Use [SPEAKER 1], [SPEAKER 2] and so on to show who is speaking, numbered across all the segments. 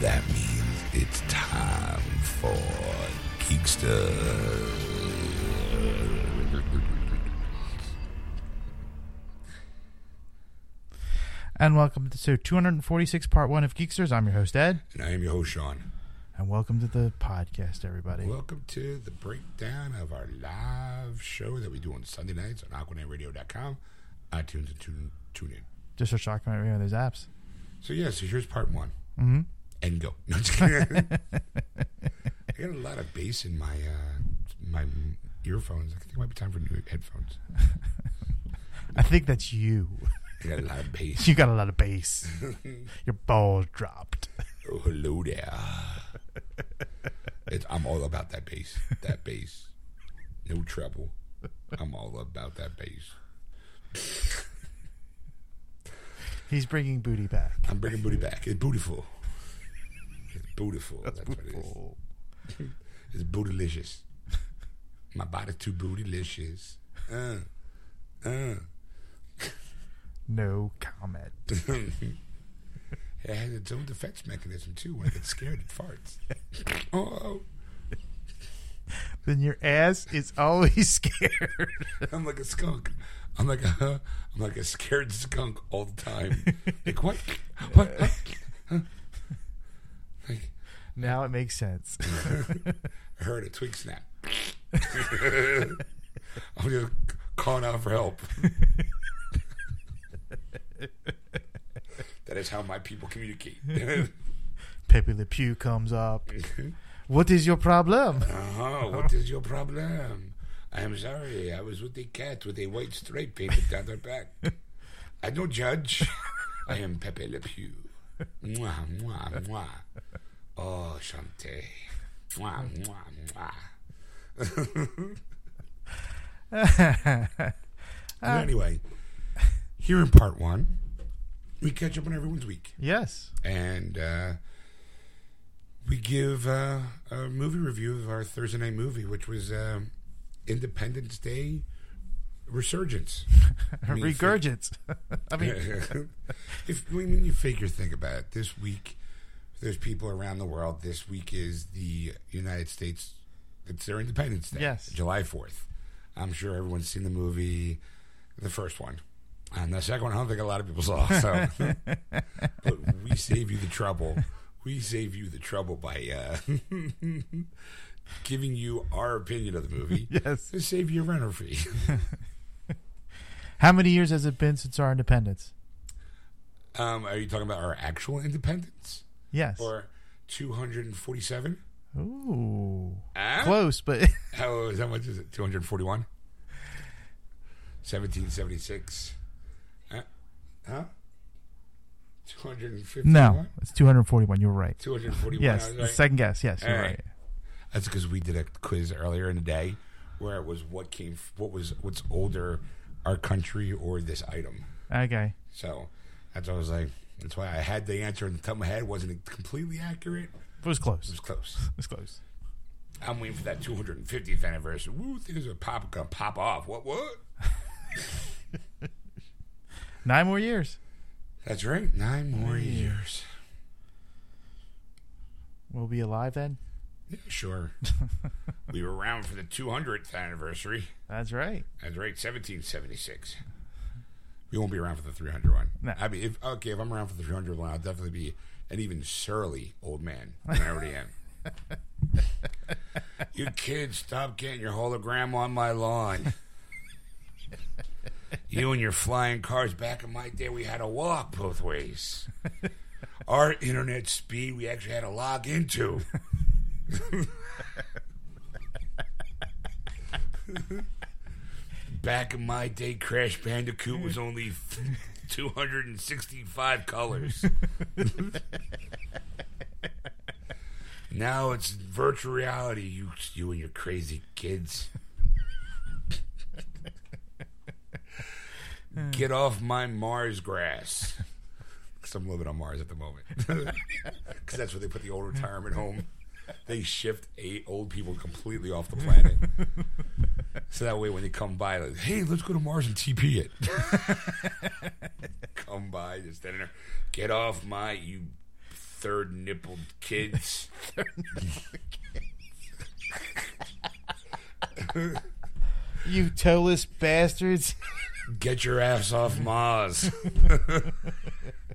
[SPEAKER 1] That means it's time for Geekster.
[SPEAKER 2] And welcome to 246 part one of Geeksters. I'm your host, Ed.
[SPEAKER 1] And I am your host, Sean.
[SPEAKER 2] And welcome to the podcast, everybody.
[SPEAKER 1] Welcome to the breakdown of our live show that we do on Sunday nights on AquanetRadio.com, iTunes, and tune, tune in.
[SPEAKER 2] Just a shock right here on those apps.
[SPEAKER 1] So, yeah, so here's part one. Mm-hmm. And go. No, just kidding. I got a lot of bass in my uh, my earphones. I think it might be time for new headphones.
[SPEAKER 2] I think that's you.
[SPEAKER 1] I got a lot of bass.
[SPEAKER 2] You got a lot of bass. Your balls dropped.
[SPEAKER 1] Oh, hello there. It's, I'm all about that bass. That bass. No trouble. I'm all about that bass.
[SPEAKER 2] He's bringing booty back.
[SPEAKER 1] I'm bringing booty back. It's beautiful. It's beautiful. That's, what
[SPEAKER 2] Cool.
[SPEAKER 1] it is. It's bootylicious. My body too bootylicious. Uh, uh.
[SPEAKER 2] No comment.
[SPEAKER 1] it has its own defense mechanism too. When it gets scared, it farts. oh,
[SPEAKER 2] then your ass is always scared.
[SPEAKER 1] I'm like a skunk. I'm like a I'm like a scared skunk all the time. Like what? What? Huh? Huh? Like
[SPEAKER 2] now it makes sense.
[SPEAKER 1] I heard a twig snap. I'm just calling out for help. that is how my people communicate.
[SPEAKER 2] Pepe Le Pew comes up. What is your problem?
[SPEAKER 1] Uh-huh. What is your problem? I'm sorry. I was with a cat with a white stripe painted down their back. I don't judge. I am Pepe Le Pew. Mwah, mwah, mwah. Oh, Shante. Mwah, mwah, mwah. But anyway, here in part one, we catch up on everyone's week.
[SPEAKER 2] yes.
[SPEAKER 1] And uh, we give uh, a movie review of our Thursday night movie, which was um, Independence Day Resurgence. I mean, if-
[SPEAKER 2] Regurgits. I mean,
[SPEAKER 1] if we mean you figure, think about it. This week, there's people around the world. This week is the United States. It's their Independence Day.
[SPEAKER 2] Yes.
[SPEAKER 1] July Fourth. I'm sure everyone's seen the movie, the first one, and the second one. I don't think a lot of people saw. So, but we save you the trouble. We save you the trouble by uh, giving you our opinion of the movie.
[SPEAKER 2] yes.
[SPEAKER 1] To save you a rental fee.
[SPEAKER 2] How many years has it been since our independence?
[SPEAKER 1] Um, are you talking about our actual independence?
[SPEAKER 2] Yes.
[SPEAKER 1] or 247.
[SPEAKER 2] Ooh.
[SPEAKER 1] Ah?
[SPEAKER 2] Close, but
[SPEAKER 1] How, how much is it? 241? 1776. Huh? Huh? 251?
[SPEAKER 2] no, it's 241. You're right.
[SPEAKER 1] 241.
[SPEAKER 2] Yes,
[SPEAKER 1] Right?
[SPEAKER 2] second guess. Yes, you're
[SPEAKER 1] All
[SPEAKER 2] right.
[SPEAKER 1] right. That's because we did a quiz earlier in the day where it was what came, f- what was, what's older, our country or this item.
[SPEAKER 2] Okay.
[SPEAKER 1] So that's why I was like, that's why I had the answer in the top of my head. Wasn't it completely accurate? It
[SPEAKER 2] It was close.
[SPEAKER 1] was
[SPEAKER 2] It
[SPEAKER 1] close.
[SPEAKER 2] was close.
[SPEAKER 1] I'm waiting for that 250th anniversary. Woo, things are pop gonna pop off. What? What?
[SPEAKER 2] Nine more years.
[SPEAKER 1] That's right. Nine more years.
[SPEAKER 2] We'll be alive then.
[SPEAKER 1] Yeah, sure. we were around for the 200th anniversary.
[SPEAKER 2] That's right.
[SPEAKER 1] That's right, 1776. We won't be around for the 300 one.
[SPEAKER 2] No.
[SPEAKER 1] I mean, if okay, if I'm around for the 300 one, I'll definitely be an even surly old man than I already am. you kids, stop getting your hologram on my lawn. you and your flying cars. Back in my day, we had to walk both ways. Our internet speed, we actually had to log into. Back in my day, Crash Bandicoot was only 265 colors. now it's virtual reality, you, you and your crazy kids. Get off my Mars grass. Because I'm living on Mars at the moment. Because that's where they put the old retirement home. They shift eight old people completely off the planet. So that way, when they come by, like, hey, let's go to Mars and TP it. come by, just standing there. Get off my, you third nippled kids.
[SPEAKER 2] You toeless bastards.
[SPEAKER 1] Get your ass off Mars.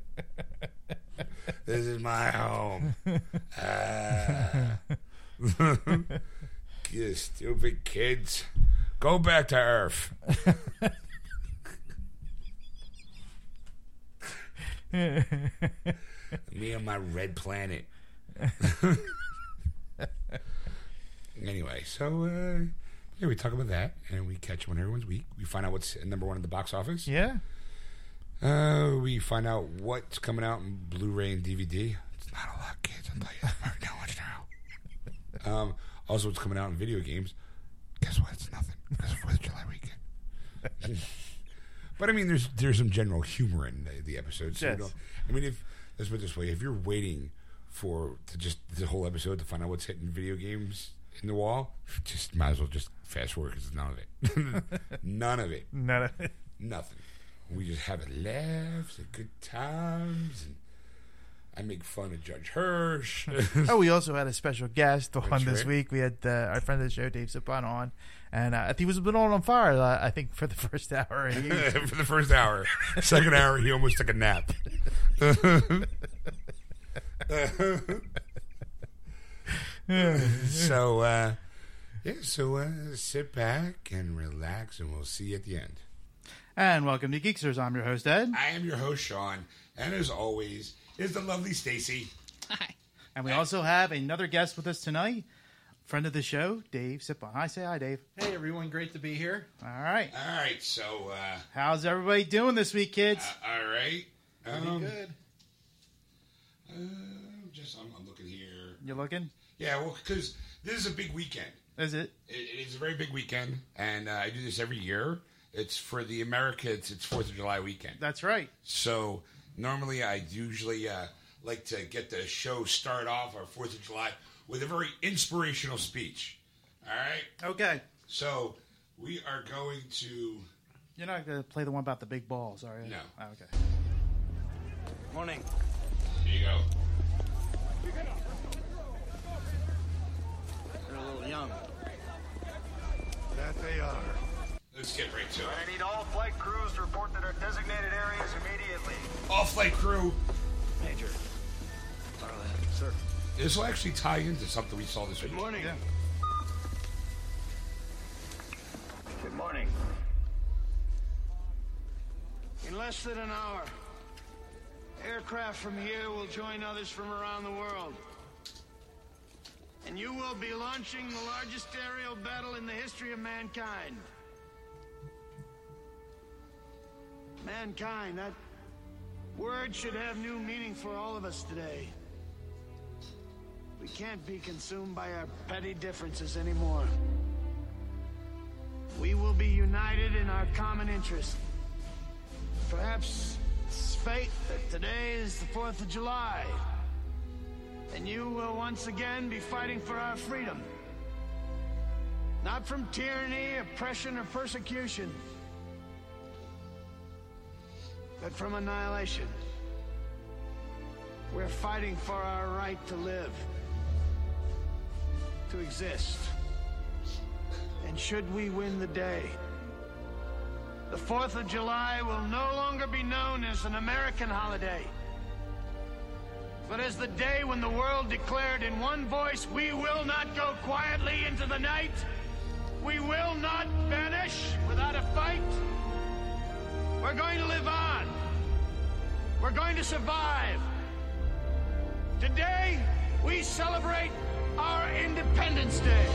[SPEAKER 1] this is my home. Ah. you stupid kids. Go back to Earth. Me and my red planet. anyway, so uh, yeah, we talk about that, and we catch them on everyone's week. We find out what's at number one in the box office.
[SPEAKER 2] Yeah.
[SPEAKER 1] Uh, we find out what's coming out in Blu-ray and DVD. It's not a lot, kids. I'll tell you that right now. Watch now. Um, also, what's coming out in video games? Guess what? It's nothing. It's Fourth of July weekend. but I mean, there's there's some general humor in the, the episode. So you
[SPEAKER 2] Yes.
[SPEAKER 1] don't- I mean, if let's put it this way, if you're waiting for to just the whole episode to find out what's hitting video games in the wall, just might as well just fast forward because none of it, none of it
[SPEAKER 2] Not
[SPEAKER 1] nothing. We just have a laughs and good times, and I make fun of Judge Hirsch.
[SPEAKER 2] oh, we also had a special guest on this
[SPEAKER 1] right.
[SPEAKER 2] week. We had uh, our friend of the show, Dave Sapon, on, and uh, I think he was a bit on fire. Uh, I think for the first hour, and he was
[SPEAKER 1] For the first hour, second hour, he almost took a nap. so, uh, yeah, so uh, sit back and relax, and we'll see you at the end.
[SPEAKER 2] And welcome to Geeksters. I'm your host, Ed.
[SPEAKER 1] I am your host, Sean, and as always, is the lovely Stacy.
[SPEAKER 3] Hi.
[SPEAKER 2] And we also have another guest with us tonight, friend of the show, Dave Sipon. Hi, say hi, Dave.
[SPEAKER 3] Hey everyone, great to be here.
[SPEAKER 2] All right.
[SPEAKER 1] All right, so, uh,
[SPEAKER 2] How's everybody doing this week, kids?
[SPEAKER 1] all right.
[SPEAKER 3] Pretty
[SPEAKER 1] Um,
[SPEAKER 3] good.
[SPEAKER 1] Um, just I'm, I'm looking here.
[SPEAKER 2] You looking?
[SPEAKER 1] Yeah, well, because this is a big weekend.
[SPEAKER 2] Is it?
[SPEAKER 1] It, it is a very big weekend, and uh, I do this every year. It's for the America. It's it's Fourth of July weekend.
[SPEAKER 2] That's right.
[SPEAKER 1] So normally I usually uh, like to get the show start off our Fourth of July with a very inspirational speech. All right,
[SPEAKER 2] Okay.
[SPEAKER 1] so we are going to.
[SPEAKER 2] You're not going to play the one about the big balls, are you?
[SPEAKER 1] No.
[SPEAKER 2] Oh, okay.
[SPEAKER 4] Morning.
[SPEAKER 1] Here you go.
[SPEAKER 4] They're a little young.
[SPEAKER 5] That they are.
[SPEAKER 1] Let's get right to it.
[SPEAKER 5] I need all flight crews to report to their designated areas immediately.
[SPEAKER 1] All flight crew.
[SPEAKER 4] Major. Darling.
[SPEAKER 5] Sir.
[SPEAKER 1] This will actually tie into something we saw this week.
[SPEAKER 5] Morning.
[SPEAKER 2] Yeah.
[SPEAKER 5] Good morning. In less than an hour, aircraft from here will join others from around the world. And you will be launching the largest aerial battle in the history of mankind. Mankind, that word should have new meaning for all of us today. We can't be consumed by our petty differences anymore. We will be united in our common interest. Perhaps it's fate that today is the 4th of July. And you will once again be fighting for our freedom. Not from tyranny, oppression, or persecution, but from annihilation. We're fighting for our right to live, to exist. And should we win the day, the 4th of July will no longer be known as an American holiday, but as the day when the world declared in one voice, we will not go quietly into the night, we will not vanish without a fight. We're going to live on, we're going to survive. Today, we celebrate our Independence Day.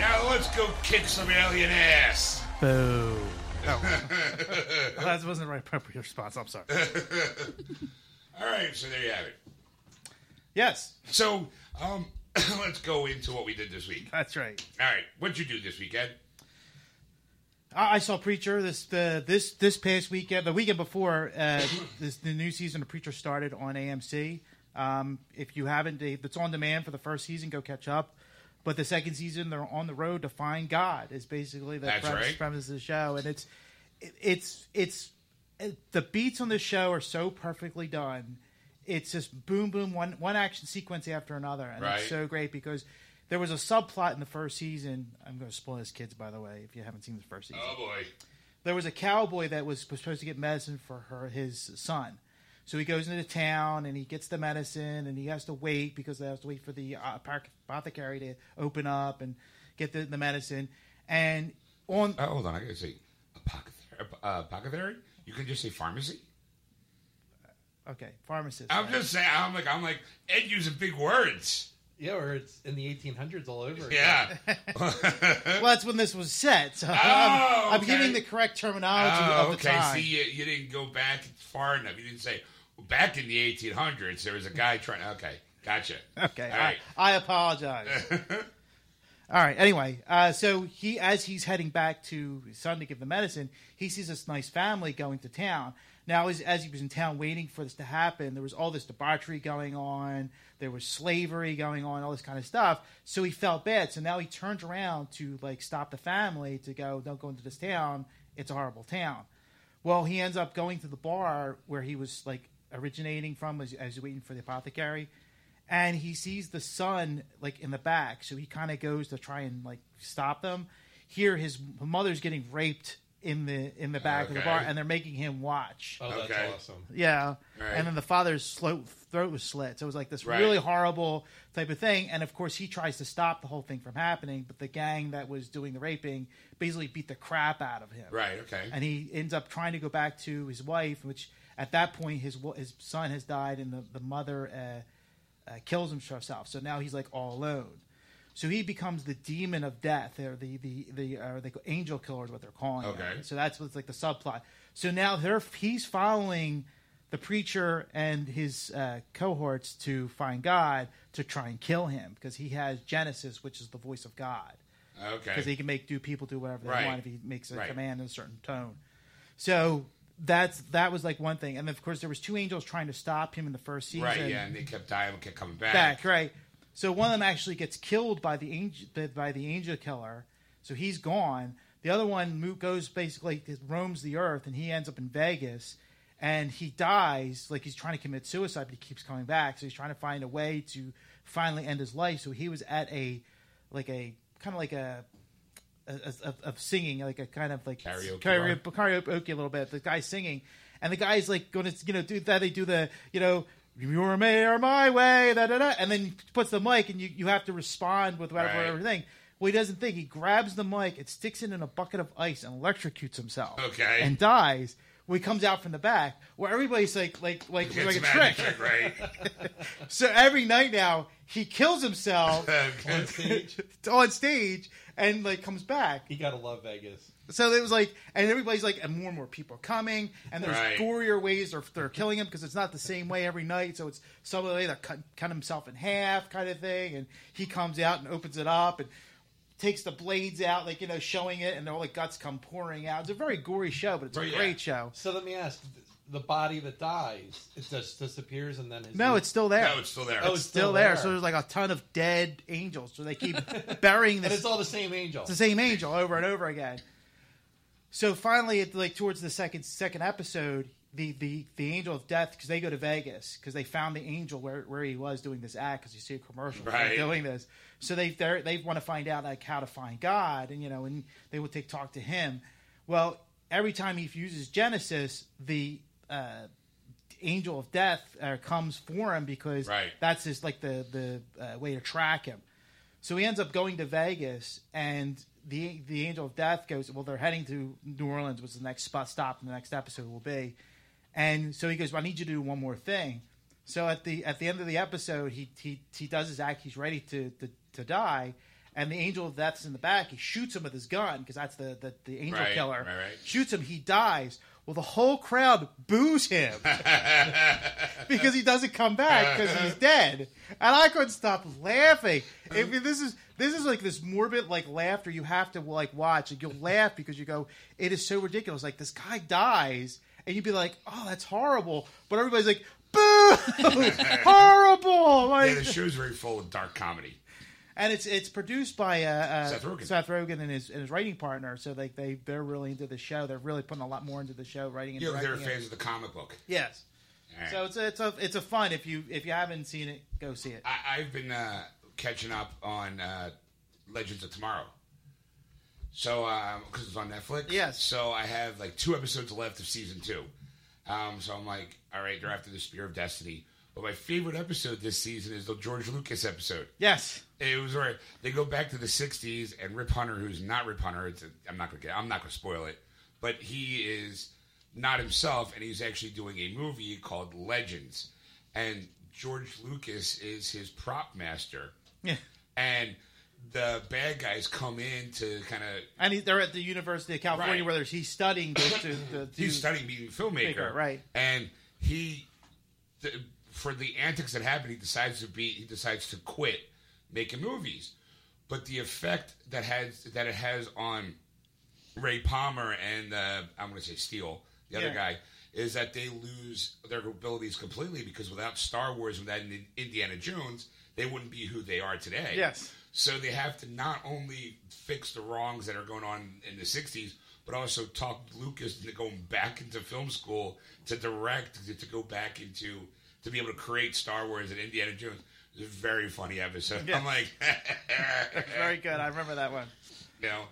[SPEAKER 1] Now let's go kick some alien ass.
[SPEAKER 2] Boo. Oh. Well, that wasn't the right appropriate response. I'm sorry.
[SPEAKER 1] All right, so there you have it.
[SPEAKER 2] Yes,
[SPEAKER 1] So, um, let's go into what we did this week.
[SPEAKER 2] that's right.
[SPEAKER 1] All right, what'd you do this weekend?
[SPEAKER 2] I, I saw Preacher this uh, this this past weekend, the weekend before uh, this, the new season of Preacher started on AMC. Um, if you haven't, if it's on demand for the first season. Go catch up. But the second season, they're on the road to find God. Is basically the
[SPEAKER 1] That's
[SPEAKER 2] premise,
[SPEAKER 1] right.
[SPEAKER 2] premise of the show, and it's it- it's it's it, the beats on this show are so perfectly done. It's just boom, boom, one one action sequence after another, and
[SPEAKER 1] Right.
[SPEAKER 2] it's so great because there was a subplot in the first season. I'm going to spoil this, kids, by the way, if you haven't seen the first season
[SPEAKER 1] Oh boy.
[SPEAKER 2] there was a cowboy that was supposed to get medicine for her his son. So he goes into town and he gets the medicine and he has to wait because they have to wait for the uh, apothec- apothecary to open up and get the, the medicine. And on
[SPEAKER 1] Uh, hold on, I gotta say, apothecary. Uh, apothecary? You can just say pharmacy.
[SPEAKER 2] okay, pharmacist.
[SPEAKER 1] I'm
[SPEAKER 2] right.
[SPEAKER 1] just saying. I'm like, I'm like Ed using big words.
[SPEAKER 3] Yeah, or it's in the 1800s all over. again.
[SPEAKER 1] Yeah.
[SPEAKER 2] well, that's when this was set. So
[SPEAKER 1] Oh,
[SPEAKER 2] I'm, I'm
[SPEAKER 1] okay.
[SPEAKER 2] giving the correct terminology
[SPEAKER 1] Oh,
[SPEAKER 2] of the
[SPEAKER 1] okay.
[SPEAKER 2] time.
[SPEAKER 1] See, you, you didn't go back far enough. You didn't say well, back in the 1800s there was a guy trying. Okay, gotcha.
[SPEAKER 2] Okay,
[SPEAKER 1] All right.
[SPEAKER 2] I, I apologize. All right. Anyway, uh, so he, as he's heading back to his son to give the medicine, he sees this nice family going to town. Now, as, as he was in town waiting for this to happen, there was all this debauchery going on. There was slavery going on, all this kind of stuff. So he felt bad. So now he turns around to like stop the family to go, don't go into this town. It's a horrible town. Well, he ends up going to the bar where he was like originating from as, as he's waiting for the apothecary, and he sees the son like in the back. So he kind of goes to try and like stop them. Here, his mother's getting raped in the in the back of the
[SPEAKER 1] Okay.
[SPEAKER 2] bar, and they're making him watch.
[SPEAKER 3] Oh, that's
[SPEAKER 1] Okay.
[SPEAKER 3] awesome.
[SPEAKER 2] Yeah.
[SPEAKER 1] Right.
[SPEAKER 2] And then the father's slow, throat was slit. So it was like this
[SPEAKER 1] Right.
[SPEAKER 2] really horrible type of thing. And of course, he tries to stop the whole thing from happening, but the gang that was doing the raping basically beat the crap out of him.
[SPEAKER 1] Right. Okay.
[SPEAKER 2] And he ends up trying to go back to his wife, which at that point, his wa- his son has died, and the, the mother uh, uh, kills himself. So now he's like all alone. So he becomes the demon of death, or the the the, uh, the angel killer is what they're calling. him.
[SPEAKER 1] Okay.
[SPEAKER 2] So that's what's like the subplot. So now they're he's following the preacher and his uh, cohorts to find God to try and kill him because he has Genesis, which is the voice of God, because
[SPEAKER 1] Okay.
[SPEAKER 2] he can make do people do whatever they
[SPEAKER 1] Right.
[SPEAKER 2] want if he makes a
[SPEAKER 1] Right.
[SPEAKER 2] command in a certain tone. So that's that was like one thing, and of course there was two angels trying to stop him in the first season
[SPEAKER 1] Right. Yeah, and they kept dying, kept coming back.
[SPEAKER 2] back, right? So one of them actually gets killed by the angel by the angel killer, so he's gone. The other one mo- goes basically roams the earth, and he ends up in Vegas, and he dies like he's trying to commit suicide, but he keeps coming back. So he's trying to find a way to finally end his life. So he was at a like a kind of like a of, of singing, like a kind of like
[SPEAKER 1] Karaoke
[SPEAKER 2] karaoke,
[SPEAKER 1] bar.
[SPEAKER 2] karaoke a little bit. The guy's singing, and the guy's like going to you know do that. They do the you know your mayor my way, da da da, and then puts the mic, and you you have to respond with whatever
[SPEAKER 1] Right.
[SPEAKER 2] whatever thing. Well, he doesn't think. He grabs the mic, it sticks it in a bucket of ice, and electrocutes himself.
[SPEAKER 1] Okay.
[SPEAKER 2] and dies. Well, he comes out from the back, where everybody's like like like
[SPEAKER 1] It's
[SPEAKER 2] like a
[SPEAKER 1] a magic
[SPEAKER 2] trick.
[SPEAKER 1] trick, right?
[SPEAKER 2] So every night now, he kills himself
[SPEAKER 1] Okay.
[SPEAKER 3] On stage,
[SPEAKER 2] on stage and like comes back.
[SPEAKER 3] you gotta love Vegas.
[SPEAKER 2] So it was like, and everybody's like, and more and more people are coming, and there's
[SPEAKER 1] Right.
[SPEAKER 2] gorier ways they're, they're killing him because it's not the same way every night. So it's some way that cut, cut himself in half kind of thing, and he comes out and opens it up and takes the blades out, like you know, showing it, and all the guts come pouring out. It's a very gory show, but it's
[SPEAKER 1] Right,
[SPEAKER 2] a
[SPEAKER 1] yeah.
[SPEAKER 2] great show.
[SPEAKER 3] So let me ask: th- the body that dies, it just disappears, and then his
[SPEAKER 2] No, it's still there.
[SPEAKER 1] No, it's still there.
[SPEAKER 3] Oh,
[SPEAKER 2] It's still,
[SPEAKER 3] still
[SPEAKER 2] there.
[SPEAKER 3] there.
[SPEAKER 2] So there's like a ton of dead angels. So they keep burying
[SPEAKER 3] and
[SPEAKER 2] this
[SPEAKER 3] it's all the same angel.
[SPEAKER 2] It's the same angel over and over again. So finally, it, like towards the second second episode, the the the angel of death because they go to Vegas because they found the angel where, where he was doing this act because you see a commercial for
[SPEAKER 1] Right.
[SPEAKER 2] doing this. So they they're- they want to find out like how to find God and you know and they will take talk to him. Well, every time he uses Genesis, the uh, angel of death uh, comes for him because
[SPEAKER 1] Right.
[SPEAKER 2] that's his like the the uh, way to track him. So he ends up going to Vegas, and the the angel of death goes. Well, they're heading to New Orleans, which is the next spot stop, and the next episode will be. And so he goes. Well, I need you to do one more thing. So at the at the end of the episode, he he he does his act. He's ready to to, to die. And the angel of death's in the back. He shoots him with his gun because that's the, the, the angel
[SPEAKER 1] Right,
[SPEAKER 2] killer.
[SPEAKER 1] right, right.
[SPEAKER 2] Shoots him. He dies. Well, the whole crowd boos him because he doesn't come back
[SPEAKER 1] Uh.
[SPEAKER 2] because he's dead. And I couldn't stop laughing. I
[SPEAKER 1] Uh-huh.
[SPEAKER 2] mean, this is this is like this morbid like laughter you have to like watch. Like, you'll laugh because you go, it is so ridiculous. Like this guy dies, and you'd be like, oh, that's horrible. But everybody's like, boo, horrible.
[SPEAKER 1] Yeah,
[SPEAKER 2] Like,
[SPEAKER 1] the show's very full of dark comedy.
[SPEAKER 2] and it's it's produced by uh, uh,
[SPEAKER 1] Seth Rogen.
[SPEAKER 2] and his and his writing partner. So like they they're really into the show. They're really putting a lot more into the show, writing and
[SPEAKER 1] You know,
[SPEAKER 2] directing.
[SPEAKER 1] they're
[SPEAKER 2] it.
[SPEAKER 1] fans of the comic book.
[SPEAKER 2] Yes.
[SPEAKER 1] All right.
[SPEAKER 2] So it's a, it's a it's a fun if you if you haven't seen it, go see it.
[SPEAKER 1] I, I've been uh, catching up on uh, Legends of Tomorrow. So, because it's on Netflix.
[SPEAKER 2] Yes.
[SPEAKER 1] So I have like two episodes left of season two. Um, so I'm like, all right, they're after the Spear of Destiny. But my favorite episode this season is the George Lucas episode.
[SPEAKER 2] Yes.
[SPEAKER 1] It was right. They go back to the '60s, and Rip Hunter, who's not Rip Hunter, it's a, I'm not gonna get, I'm not gonna spoil it, but he is not himself, and he's actually doing a movie called Legends, and George Lucas is his prop master,
[SPEAKER 2] Yeah.
[SPEAKER 1] and the bad guys come in to kind of
[SPEAKER 2] And he, they're at the University of California
[SPEAKER 1] Right.
[SPEAKER 2] where there's, he's studying to, to, to, to
[SPEAKER 1] he's studying being a filmmaker,
[SPEAKER 2] Filmmaker, right.
[SPEAKER 1] And he, th- for the antics that happen, he decides to be he decides to quit making movies. But the effect that has that it has on Ray Palmer and uh, I'm going to say Steele, the other
[SPEAKER 2] Yeah.
[SPEAKER 1] guy, is that they lose their abilities completely because without Star Wars, without Indi- Indiana Jones, they wouldn't be who they are today.
[SPEAKER 2] Yes.
[SPEAKER 1] So they have to not only fix the wrongs that are going on in the 60s, but also talk Lucas into going back into film school to direct, to, to go back into, to be able to create Star Wars and Indiana Jones. It's a very funny episode.
[SPEAKER 2] Yeah.
[SPEAKER 1] I'm like,
[SPEAKER 2] very good. I remember that one.
[SPEAKER 1] you know.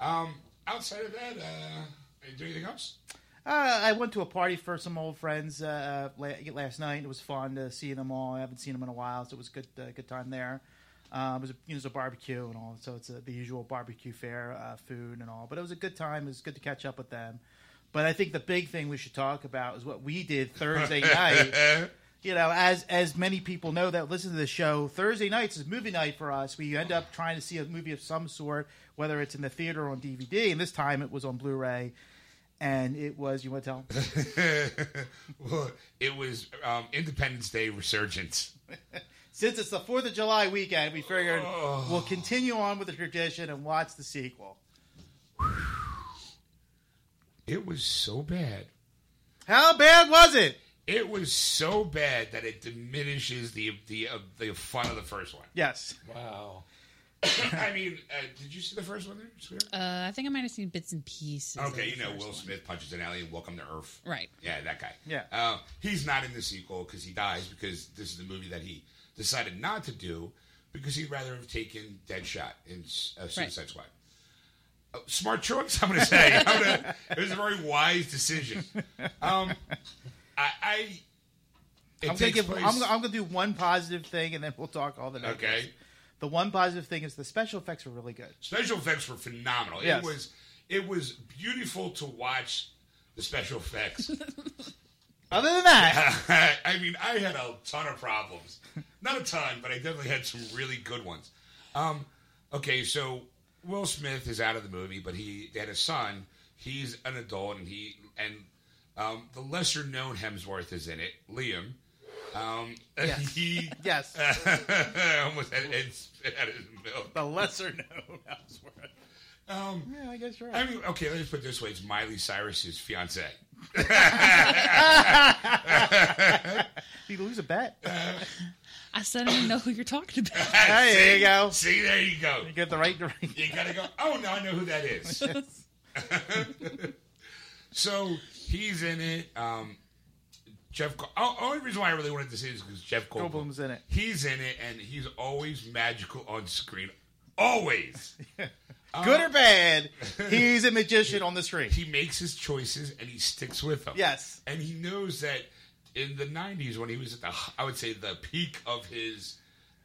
[SPEAKER 1] Um, outside of that, uh, are you doing anything else?
[SPEAKER 2] Uh, I went to a party for some old friends uh, la- last night. It was fun to see them all. I haven't seen them in a while, so it was a good uh, good time there. Um, it was a, you know, it was a barbecue and all, so it's uh the usual barbecue fare, uh, food and all. But it was a good time. It was good to catch up with them. But I think the big thing we should talk about is what we did Thursday night. you know, as as many people know that listen to the show, Thursday nights is movie night for us. We end up trying to see a movie of some sort, whether it's in the theater or on DVD. And this time it was on Blu-ray, and it was you want to tell? 'em?
[SPEAKER 1] well, it was um, Independence Day Resurgence.
[SPEAKER 2] Since it's the Fourth of July weekend, we figured
[SPEAKER 1] Oh.
[SPEAKER 2] we'll continue on with the tradition and watch the sequel.
[SPEAKER 1] It was so bad.
[SPEAKER 2] How bad was it?
[SPEAKER 1] It was so bad that it diminishes the the uh, the fun of the first one.
[SPEAKER 2] Yes,
[SPEAKER 3] Wow.
[SPEAKER 1] I mean, uh, did you see the first one there? Swear?
[SPEAKER 6] Uh, I think I might have seen bits and pieces. of the
[SPEAKER 1] okay, you know
[SPEAKER 6] first
[SPEAKER 1] Will
[SPEAKER 6] one.
[SPEAKER 1] Smith punches an alien. Welcome to Earth.
[SPEAKER 6] Right.
[SPEAKER 1] Yeah, that guy.
[SPEAKER 2] Yeah.
[SPEAKER 1] Um, he's not in the sequel because he dies because this is the movie that he decided not to do because he'd rather have taken Deadshot in uh, Suicide Squad. Uh, smart choice, I'm going to say. I'm gonna, it was a very wise decision. Um, I. I it
[SPEAKER 2] I'm gonna,
[SPEAKER 1] takes
[SPEAKER 2] give,
[SPEAKER 1] place,
[SPEAKER 2] I'm, gonna- I'm gonna do one positive thing, and then we'll talk all the negatives.
[SPEAKER 1] Okay.
[SPEAKER 2] The one positive thing is the special effects were really good.
[SPEAKER 1] special effects were phenomenal.
[SPEAKER 2] Yes.
[SPEAKER 1] It was it was beautiful to watch the special effects.
[SPEAKER 2] Other than that,
[SPEAKER 1] I mean, I had a ton of problems. Not a ton, but I definitely had some really good ones. Um, okay, so Will Smith is out of the movie, but he they had a son. He's an adult, and he and um, the lesser known Hemsworth is in it, Liam. Um,
[SPEAKER 2] Yes.
[SPEAKER 1] he
[SPEAKER 2] yes,
[SPEAKER 1] I almost had Ed spit out his mouth.
[SPEAKER 2] the lesser known Hemsworth.
[SPEAKER 1] Um,
[SPEAKER 2] Yeah, I guess you're right.
[SPEAKER 1] I mean, okay, let's put it this way: it's Miley Cyrus's fiance.
[SPEAKER 2] Did you lose a bet?
[SPEAKER 6] I still don't even know who you're talking about.
[SPEAKER 2] Hey, there you
[SPEAKER 1] See?
[SPEAKER 2] go.
[SPEAKER 1] See, there you go.
[SPEAKER 2] You get the right drink.
[SPEAKER 1] You gotta go. Oh no, I know who that is. so he's in it. Um, Jeff. Gold- oh, only reason why I really wanted to see it is because Jeff Goldblum.
[SPEAKER 2] Goldblum's in it.
[SPEAKER 1] He's in it, and he's always magical on screen. Always.
[SPEAKER 2] Good or bad, he's a magician on the screen.
[SPEAKER 1] he makes his choices and he sticks with them.
[SPEAKER 2] Yes.
[SPEAKER 1] And he knows that in the 90s, when he was at the, I would say, the peak of his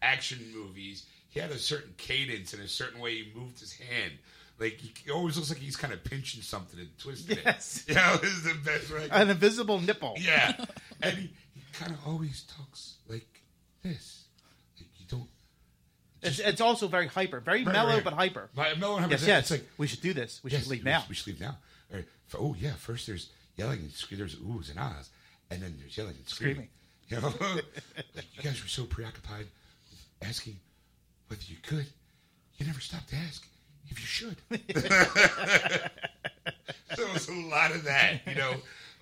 [SPEAKER 1] action movies, he had a certain cadence and a certain way he moved his hand. Like, he always looks like he's kind of pinching something and twisting
[SPEAKER 2] Yes.
[SPEAKER 1] it. Yeah, this is the best, right?
[SPEAKER 2] An invisible nipple.
[SPEAKER 1] yeah. And he, he kind of always talks like this. Like, you don't.
[SPEAKER 2] It's, it's also very hyper, very mellow
[SPEAKER 1] right.
[SPEAKER 2] but hyper.
[SPEAKER 1] But Mellow and
[SPEAKER 2] Yes,
[SPEAKER 1] Hammer-
[SPEAKER 2] yes.
[SPEAKER 1] It's like,
[SPEAKER 2] we should do this. We
[SPEAKER 1] Yes,
[SPEAKER 2] should leave
[SPEAKER 1] we
[SPEAKER 2] now.
[SPEAKER 1] should- We should leave now. All right. For- oh yeah, first there's yelling and screaming. There's oohs and ahs, and then there's yelling and screaming. You know, Like, you guys were so preoccupied with asking whether you could, you never stopped to ask if you should. there was a lot of that, you know,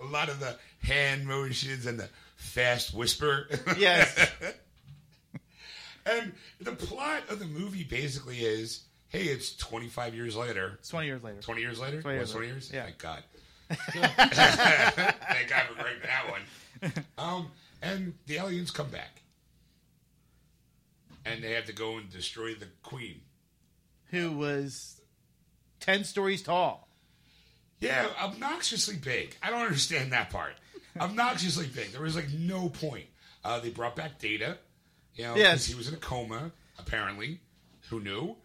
[SPEAKER 1] a lot of the hand motions and the fast whisper.
[SPEAKER 2] Yes.
[SPEAKER 1] And the plot of the movie basically is, hey, it's 25 years later.
[SPEAKER 2] It's 20 years later.
[SPEAKER 1] 20 years later?
[SPEAKER 2] 20 years
[SPEAKER 1] What, 20
[SPEAKER 2] later.
[SPEAKER 1] years?
[SPEAKER 2] Yeah.
[SPEAKER 1] Thank God. Thank God for breaking that one. Um, and the aliens come back. And they have to go and destroy the queen.
[SPEAKER 2] Who was 10 stories tall.
[SPEAKER 1] Yeah, obnoxiously big. I don't understand that part. Obnoxiously big. There was like no point. Uh, they brought back Data, you know, because
[SPEAKER 2] Yes.
[SPEAKER 1] he was in a coma apparently. Who knew?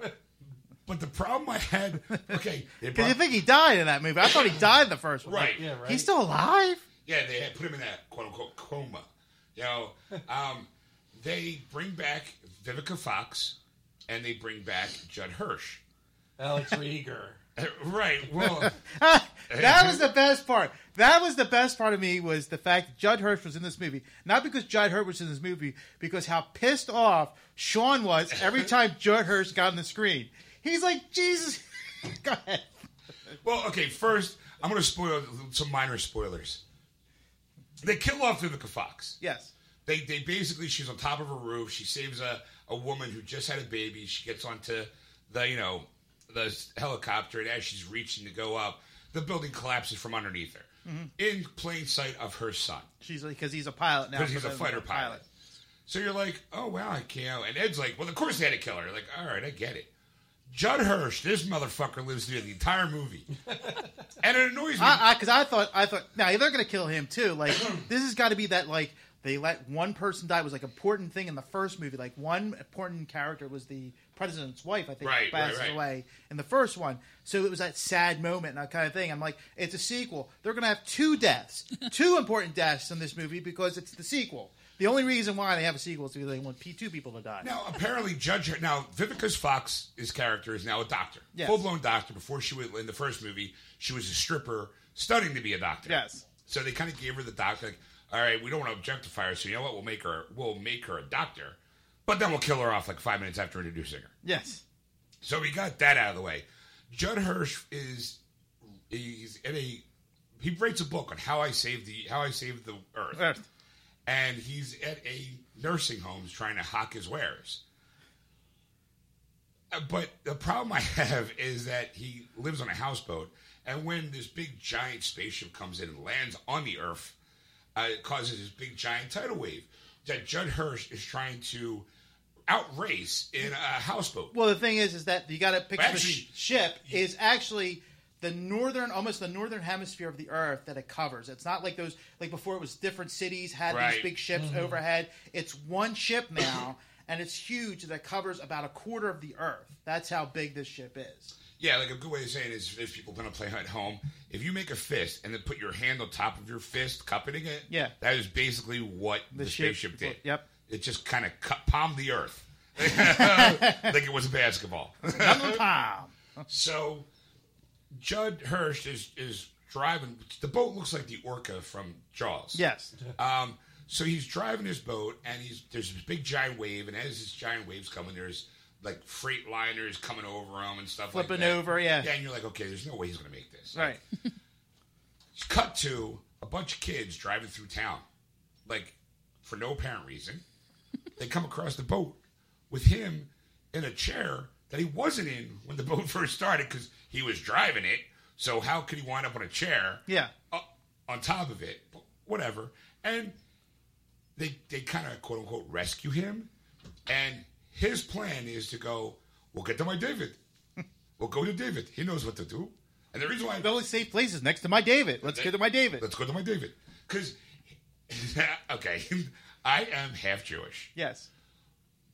[SPEAKER 1] but the problem I had, okay, they
[SPEAKER 2] Because
[SPEAKER 1] brought,
[SPEAKER 2] you think he died in that movie. I thought he died in the first one.
[SPEAKER 1] right,
[SPEAKER 3] Yeah, right.
[SPEAKER 2] He's still alive?
[SPEAKER 1] yeah, they had put him in that quote unquote coma. You know, um, they bring back Vivica Fox, and they bring back Judd Hirsch.
[SPEAKER 3] Alex Rieger.
[SPEAKER 1] Right. Well,
[SPEAKER 2] that was the best part. That was the best part of me was the fact that Judd Hirsch was in this movie. Not because Judd Hirsch was in this movie, because how pissed off Sean was every time Judd Hirsch got on the screen. He's like, Jesus. Go ahead.
[SPEAKER 1] Well, okay, first, I'm going to spoil some minor spoilers. They kill off Vivica Fox.
[SPEAKER 2] Yes.
[SPEAKER 1] They, they basically, she's on top of her roof. She saves a, a woman who just had a baby. She gets onto the, you know, the helicopter, and as she's reaching to go up, the building collapses from underneath her in plain sight of her son.
[SPEAKER 2] She's like, because he's a pilot now.
[SPEAKER 1] Because he's
[SPEAKER 2] for
[SPEAKER 1] a
[SPEAKER 2] the-
[SPEAKER 1] fighter pilot. So you're like, oh, wow, I can't. And Ed's like, well, of course they had to kill her. Like, all right, I get it. Judd Hirsch, this motherfucker lives through the entire movie. and it annoys me.
[SPEAKER 2] I because I, thought I thought now they're gonna kill him too. Like this has got to be that like they let one person die It was like important thing in the first movie. Like one important character was the president's wife. I think
[SPEAKER 1] Right, right,
[SPEAKER 2] passes
[SPEAKER 1] right.
[SPEAKER 2] away in the first one. So it was that sad moment and that kind of thing. I'm like, it's a sequel. They're gonna have two deaths, two important deaths in this movie because it's the sequel. The only reason why they have a sequel is because they want P two people to die.
[SPEAKER 1] Now, apparently, Judge. Now, Vivica Fox's character is now a doctor,
[SPEAKER 2] Yes.
[SPEAKER 1] full blown doctor. Before she was in the first movie, she was a stripper studying to be a doctor.
[SPEAKER 2] Yes.
[SPEAKER 1] So they kind of gave her the doctor. Like, all right, we don't want to objectify her, so you know what? We'll make her. We'll make her a doctor, but then we'll kill her off like five minutes after introducing her.
[SPEAKER 2] Yes,
[SPEAKER 1] So we got that out of the way. Judd Hirsch is he's in a he writes a book on how I saved the how I saved the
[SPEAKER 2] Earth.
[SPEAKER 1] and he's at a nursing home trying to hawk his wares. Uh, But the problem I have is that he lives on a houseboat, and when this big giant spaceship comes in and lands on the Earth, uh, it causes this big giant tidal wave that Judd Hirsch is trying to outrace in a houseboat.
[SPEAKER 2] Well, the thing is, is that you got to picture the
[SPEAKER 1] Actually,
[SPEAKER 2] sh- ship is actually the northern, almost the northern hemisphere of the Earth that it covers. It's not like those, like before it was different cities had
[SPEAKER 1] Right.
[SPEAKER 2] these big ships overhead. It's one ship now, and it's huge that covers about a quarter of the Earth. That's how big this ship is.
[SPEAKER 1] Yeah, like a good way of saying is if people gonna play at home, if you make a fist and then put your hand on top of your fist, cupping it,
[SPEAKER 2] Yeah.
[SPEAKER 1] that is basically what the,
[SPEAKER 2] The ship-
[SPEAKER 1] spaceship did.
[SPEAKER 2] yep.
[SPEAKER 1] it just kind of cut palmed the earth like it was a basketball.
[SPEAKER 2] Pow.
[SPEAKER 1] so Judd Hirsch is is driving. The boat looks like the orca from Jaws.
[SPEAKER 2] Yes.
[SPEAKER 1] Um, so he's driving his boat, and he's there's this big giant wave, and as this giant wave's coming, there's like freight liners coming over him and stuff like
[SPEAKER 2] Flipping
[SPEAKER 1] that.
[SPEAKER 2] over, yeah.
[SPEAKER 1] Yeah, and you're like, okay, there's no way he's gonna make this.
[SPEAKER 2] Right.
[SPEAKER 1] Cut to a bunch of kids driving through town, like for no apparent reason. They come across the boat with him in a chair that he wasn't in when the boat first started because he was driving it. So how could he wind up on a chair?
[SPEAKER 2] Yeah.
[SPEAKER 1] uh, on top of it, but whatever. And they they kind of quote unquote rescue him, and his plan is to go. We'll get to my David. We'll go to David. He knows what to do. And the reason why
[SPEAKER 2] The only safe place is next to my David. Let's get to my David.
[SPEAKER 1] let's go to my David because okay, I am half Jewish,
[SPEAKER 2] Yes.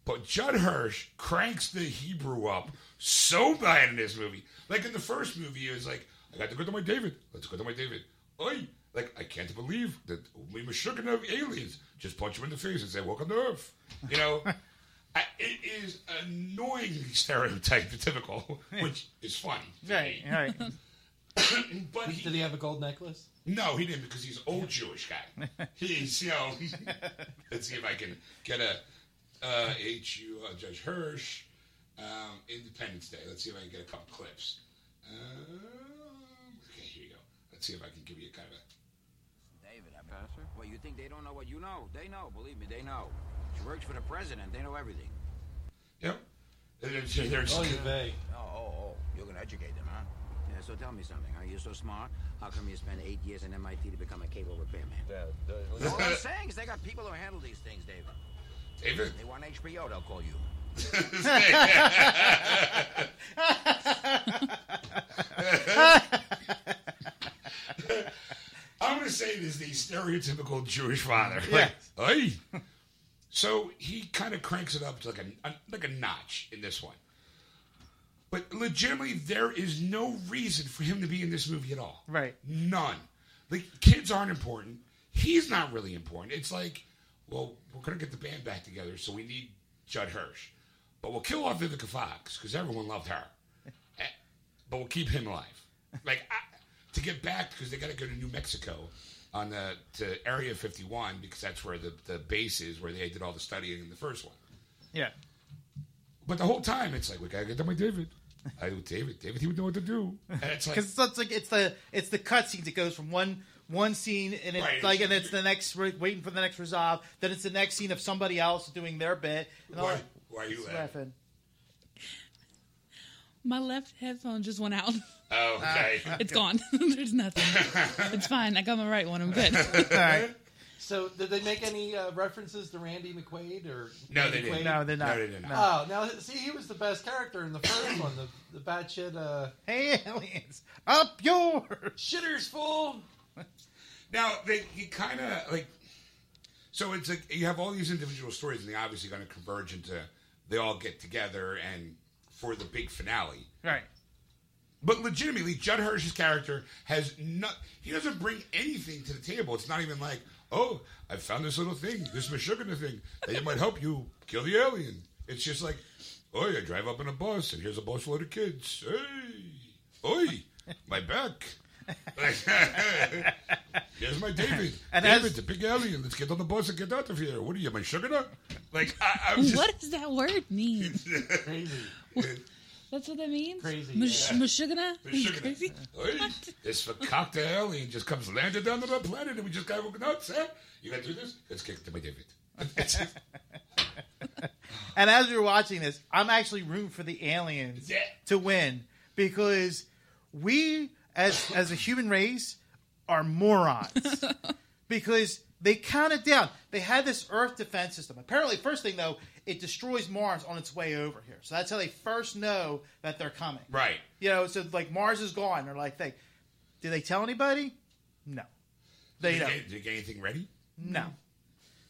[SPEAKER 1] but Judd Hirsch cranks the Hebrew up so bad in this movie. Like in the first movie, it was like, I got to go to my David. Let's go to my David. Oi! Like, I can't believe that we were shook enough aliens. Just punch him in the face and say, Welcome to Earth. You know? I, it is annoyingly stereotypical, typical, which is funny. to
[SPEAKER 2] Right.
[SPEAKER 1] me.
[SPEAKER 2] Right.
[SPEAKER 1] But he
[SPEAKER 3] Did he have a gold necklace?
[SPEAKER 1] no, he didn't because he's old Jewish guy. He's you know. let's see if I can get a uh, H U uh, Judge Hirsch um, Independence Day. Let's see if I can get a couple clips. Um, okay, here you go. Let's see if I can give you a kind of a.
[SPEAKER 7] David, I mean, Pastor? Well, you think they don't know what you know? They know, believe me, they know. But you
[SPEAKER 4] Works for the president. They know everything.
[SPEAKER 1] Yep. And it's- they're just-
[SPEAKER 3] Oh, vague.
[SPEAKER 4] Oh, oh, oh. You're gonna educate them, huh? Yeah, so tell me something. Are you so smart? How come you spent eight years in MIT to become a cable repairman? All I'm saying is they got people who handle these things, David.
[SPEAKER 1] David.
[SPEAKER 4] They want HBO, they'll call you.
[SPEAKER 1] I'm going to say this the stereotypical Jewish father.
[SPEAKER 2] Yeah.
[SPEAKER 1] Like, "Hey." So he kind of cranks it up to like a, a- like a notch in this one. But legitimately, there is no reason for him to be in this movie at all.
[SPEAKER 2] Right.
[SPEAKER 1] None. Like kids aren't important. He's not really important. It's like, well, we're gonna get the band back together, so we need Judd Hirsch, but we'll kill off Vivica Fox because everyone loved her, Eh, but we'll keep him alive. Like I, to get back because they gotta go to New Mexico on the to Area 51 because that's where the the base is where they did all the studying in the first one.
[SPEAKER 2] Yeah.
[SPEAKER 1] But the whole time it's like we gotta get done with David. I with David. David, he would know what to do. And it's like
[SPEAKER 2] Because it's like it's the it's the cutscenes. It goes from one one scene and it's
[SPEAKER 1] Right.
[SPEAKER 2] like and it's the next re- waiting for the next resolve. Then it's the next scene of somebody else doing their bit. And all
[SPEAKER 1] why,
[SPEAKER 2] that.
[SPEAKER 1] why are you
[SPEAKER 2] It's
[SPEAKER 1] laughing?
[SPEAKER 2] laughing.
[SPEAKER 6] My left headphone just went out.
[SPEAKER 1] Oh, okay.
[SPEAKER 2] Ah.
[SPEAKER 6] It's gone. There's nothing. It's fine. I got my right one. I'm good.
[SPEAKER 2] All right.
[SPEAKER 3] So, did they make any uh, references to Randy McQuaid or?
[SPEAKER 1] No, they didn't.
[SPEAKER 2] No, they're not.
[SPEAKER 1] No, they're not.
[SPEAKER 3] Oh, now see, he was the best character in the first one. The the batshit uh,
[SPEAKER 2] Hey aliens, up yours.
[SPEAKER 3] shitters fool.
[SPEAKER 1] Now they he kind of like so it's like you have all these individual stories and they obviously going to converge into they all get together and for the big finale.
[SPEAKER 2] Right.
[SPEAKER 1] But legitimately, Judd Hirsch's character has not. He doesn't bring anything to the table. It's not even like, oh, I found this little thing, this Meshuggah thing that it might help you kill the alien. It's just like, oh, I drive up in a bus and here's a bus load of kids. Hey, oi, my back. Like, Here's my David.
[SPEAKER 2] And
[SPEAKER 1] David,
[SPEAKER 2] as-
[SPEAKER 1] the big alien. Let's get on the bus and get out of here. What are you, my sugar? Like, I, I'm just.
[SPEAKER 6] what does that word mean?
[SPEAKER 3] Crazy.
[SPEAKER 6] That's what that means?
[SPEAKER 3] Crazy,
[SPEAKER 6] Mush- mushugana?
[SPEAKER 1] Sugar.
[SPEAKER 6] Crazy?
[SPEAKER 1] Hey, this for cocktail alien just comes landing down to the planet and we just gotta go nuts, huh? You gotta do this? Let's kick it to my David. It's just-
[SPEAKER 2] And as we are watching this, I'm actually rooting for the aliens
[SPEAKER 1] Yeah.
[SPEAKER 2] to win because we, as as a human race, are morons because they counted down. They had this Earth defense system. Apparently, first thing though, it destroys Mars on its way over here. So that's how they first know that they're coming.
[SPEAKER 1] right.
[SPEAKER 2] You know, so like Mars is gone. They're like, they, do they tell anybody? No, they
[SPEAKER 1] Did you,
[SPEAKER 2] don't.
[SPEAKER 1] get, did you get anything ready?
[SPEAKER 2] No.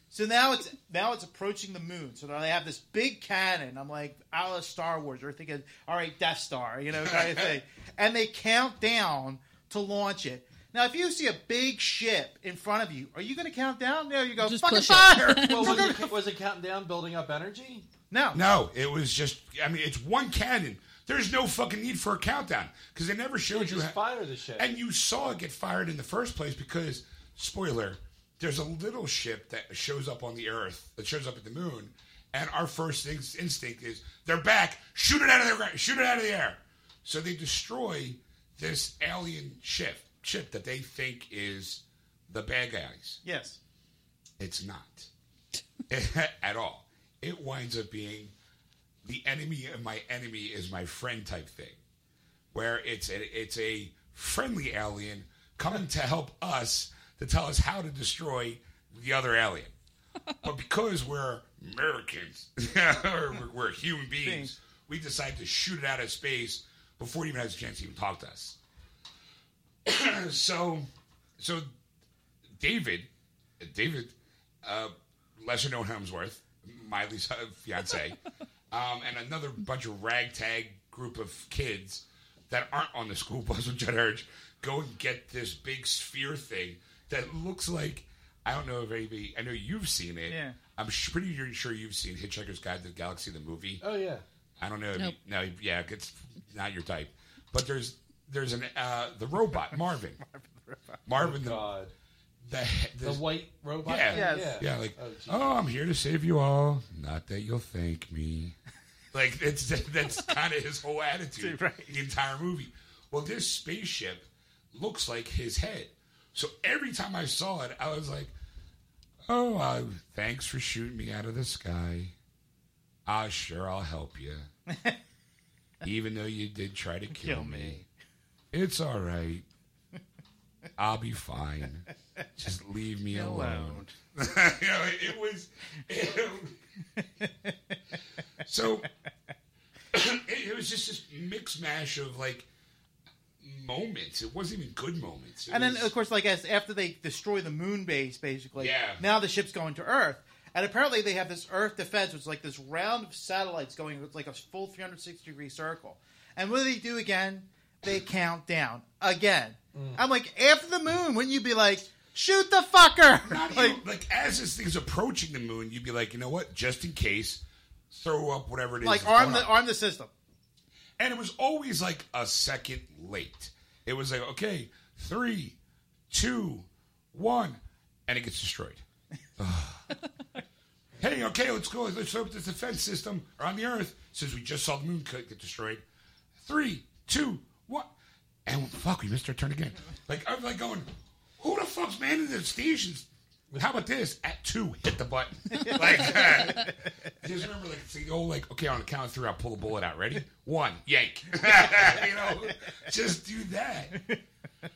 [SPEAKER 2] So now it's now it's approaching the moon. So now they have this big cannon. I'm like, a la Star Wars. You're thinking, all right, Death Star, you know, kind of thing. And they count down to launch it. Now, if you see a big ship in front of you, are you going to count down? No, you go
[SPEAKER 6] Just
[SPEAKER 2] fucking
[SPEAKER 6] push it."
[SPEAKER 2] fire.
[SPEAKER 3] Well, was it, was it counting down, building up energy?
[SPEAKER 2] no,
[SPEAKER 1] No, it was just, I mean, it's one cannon. There's no fucking need for a countdown because they never showed you
[SPEAKER 3] Just
[SPEAKER 1] how-
[SPEAKER 3] fire the shit.
[SPEAKER 1] And you saw it get fired in the first place because, spoiler, there's a little ship that shows up on the Earth, that shows up at the moon, and our first in- instinct is they're back, shoot it out of the ground, shoot it out of the air. So they destroy this alien ship, ship that they think is the bad guys.
[SPEAKER 2] Yes.
[SPEAKER 1] It's not at all. It winds up being the enemy of my enemy is my friend type thing, where it's a, it's a friendly alien coming to help us to tell us how to destroy the other alien. But because we're Americans, or we're, we're human beings,
[SPEAKER 2] Beings.
[SPEAKER 1] we decide to shoot it out of space before it even has a chance to even talk to us. so, so David, David, uh, lesser known Hemsworth, Miley's uh, fiance, um, and another bunch of ragtag group of kids that aren't on the school bus with Judd Hirsch go and get this big sphere thing that looks like I don't know if anybody. I know you've seen it.
[SPEAKER 2] Yeah.
[SPEAKER 1] I'm sh- pretty sure you've seen Hitchhiker's Guide to the Galaxy, the movie.
[SPEAKER 3] Oh yeah.
[SPEAKER 1] I don't know. if
[SPEAKER 6] Nope.
[SPEAKER 1] you- no, yeah, it's not your type. But there's there's an uh, the robot Marvin. Marvin the
[SPEAKER 3] God.
[SPEAKER 1] the,
[SPEAKER 3] The white robot.
[SPEAKER 1] Oh, Yeah.
[SPEAKER 3] thing?
[SPEAKER 2] Yes.
[SPEAKER 1] yeah, like
[SPEAKER 3] Oh,
[SPEAKER 1] oh,
[SPEAKER 3] geez.
[SPEAKER 1] I'm here to save you all. Not that you'll thank me. like it's that's kind of his whole attitude
[SPEAKER 2] Right.
[SPEAKER 1] the entire movie. Well, this spaceship looks like his head. So every time I saw it, I was like, Oh, uh, thanks for shooting me out of the sky. Ah, sure, I'll help you. Even though you did try to kill,
[SPEAKER 2] Kill
[SPEAKER 1] me.
[SPEAKER 2] me.
[SPEAKER 1] It's all right. I'll be fine. Just leave me alone. You know, it was. so it, it was just this mix mash of like moments. It wasn't even good moments. It
[SPEAKER 2] And then, uh,
[SPEAKER 1] was-
[SPEAKER 2] of course, like as after they destroy the moon base, basically,
[SPEAKER 1] Yeah.
[SPEAKER 2] now the ship's going to Earth, and apparently they have this Earth defense, which is like this round of satellites going with like a full 360 degree circle. And what do they do again? They count down again.
[SPEAKER 1] Mm.
[SPEAKER 2] I'm like, after the moon, wouldn't you be like, shoot the
[SPEAKER 1] Not
[SPEAKER 2] fucker?
[SPEAKER 1] even-
[SPEAKER 2] like,
[SPEAKER 1] like, as this thing's approaching the moon, you'd be like, you know what? Just in case, throw up whatever it is.
[SPEAKER 2] like
[SPEAKER 1] that's
[SPEAKER 2] arm
[SPEAKER 1] going
[SPEAKER 2] the
[SPEAKER 1] on.
[SPEAKER 2] arm the system.
[SPEAKER 1] and it was always like a second late. It was like, okay, three, two, one, and it gets destroyed. Ugh. hey, okay, let's go. Let's open this defense system on the Earth since we just saw the moon co- get destroyed. Three, two, one, and fuck, we missed our turn again. Like I'm like going, who the fuck's manning the stations? How about this? At two, hit the button. Like. uh, Just remember, like, it's the old, like, okay, on the count of three, I'll pull the bullet out. Ready? One, yank. you know, just do that. I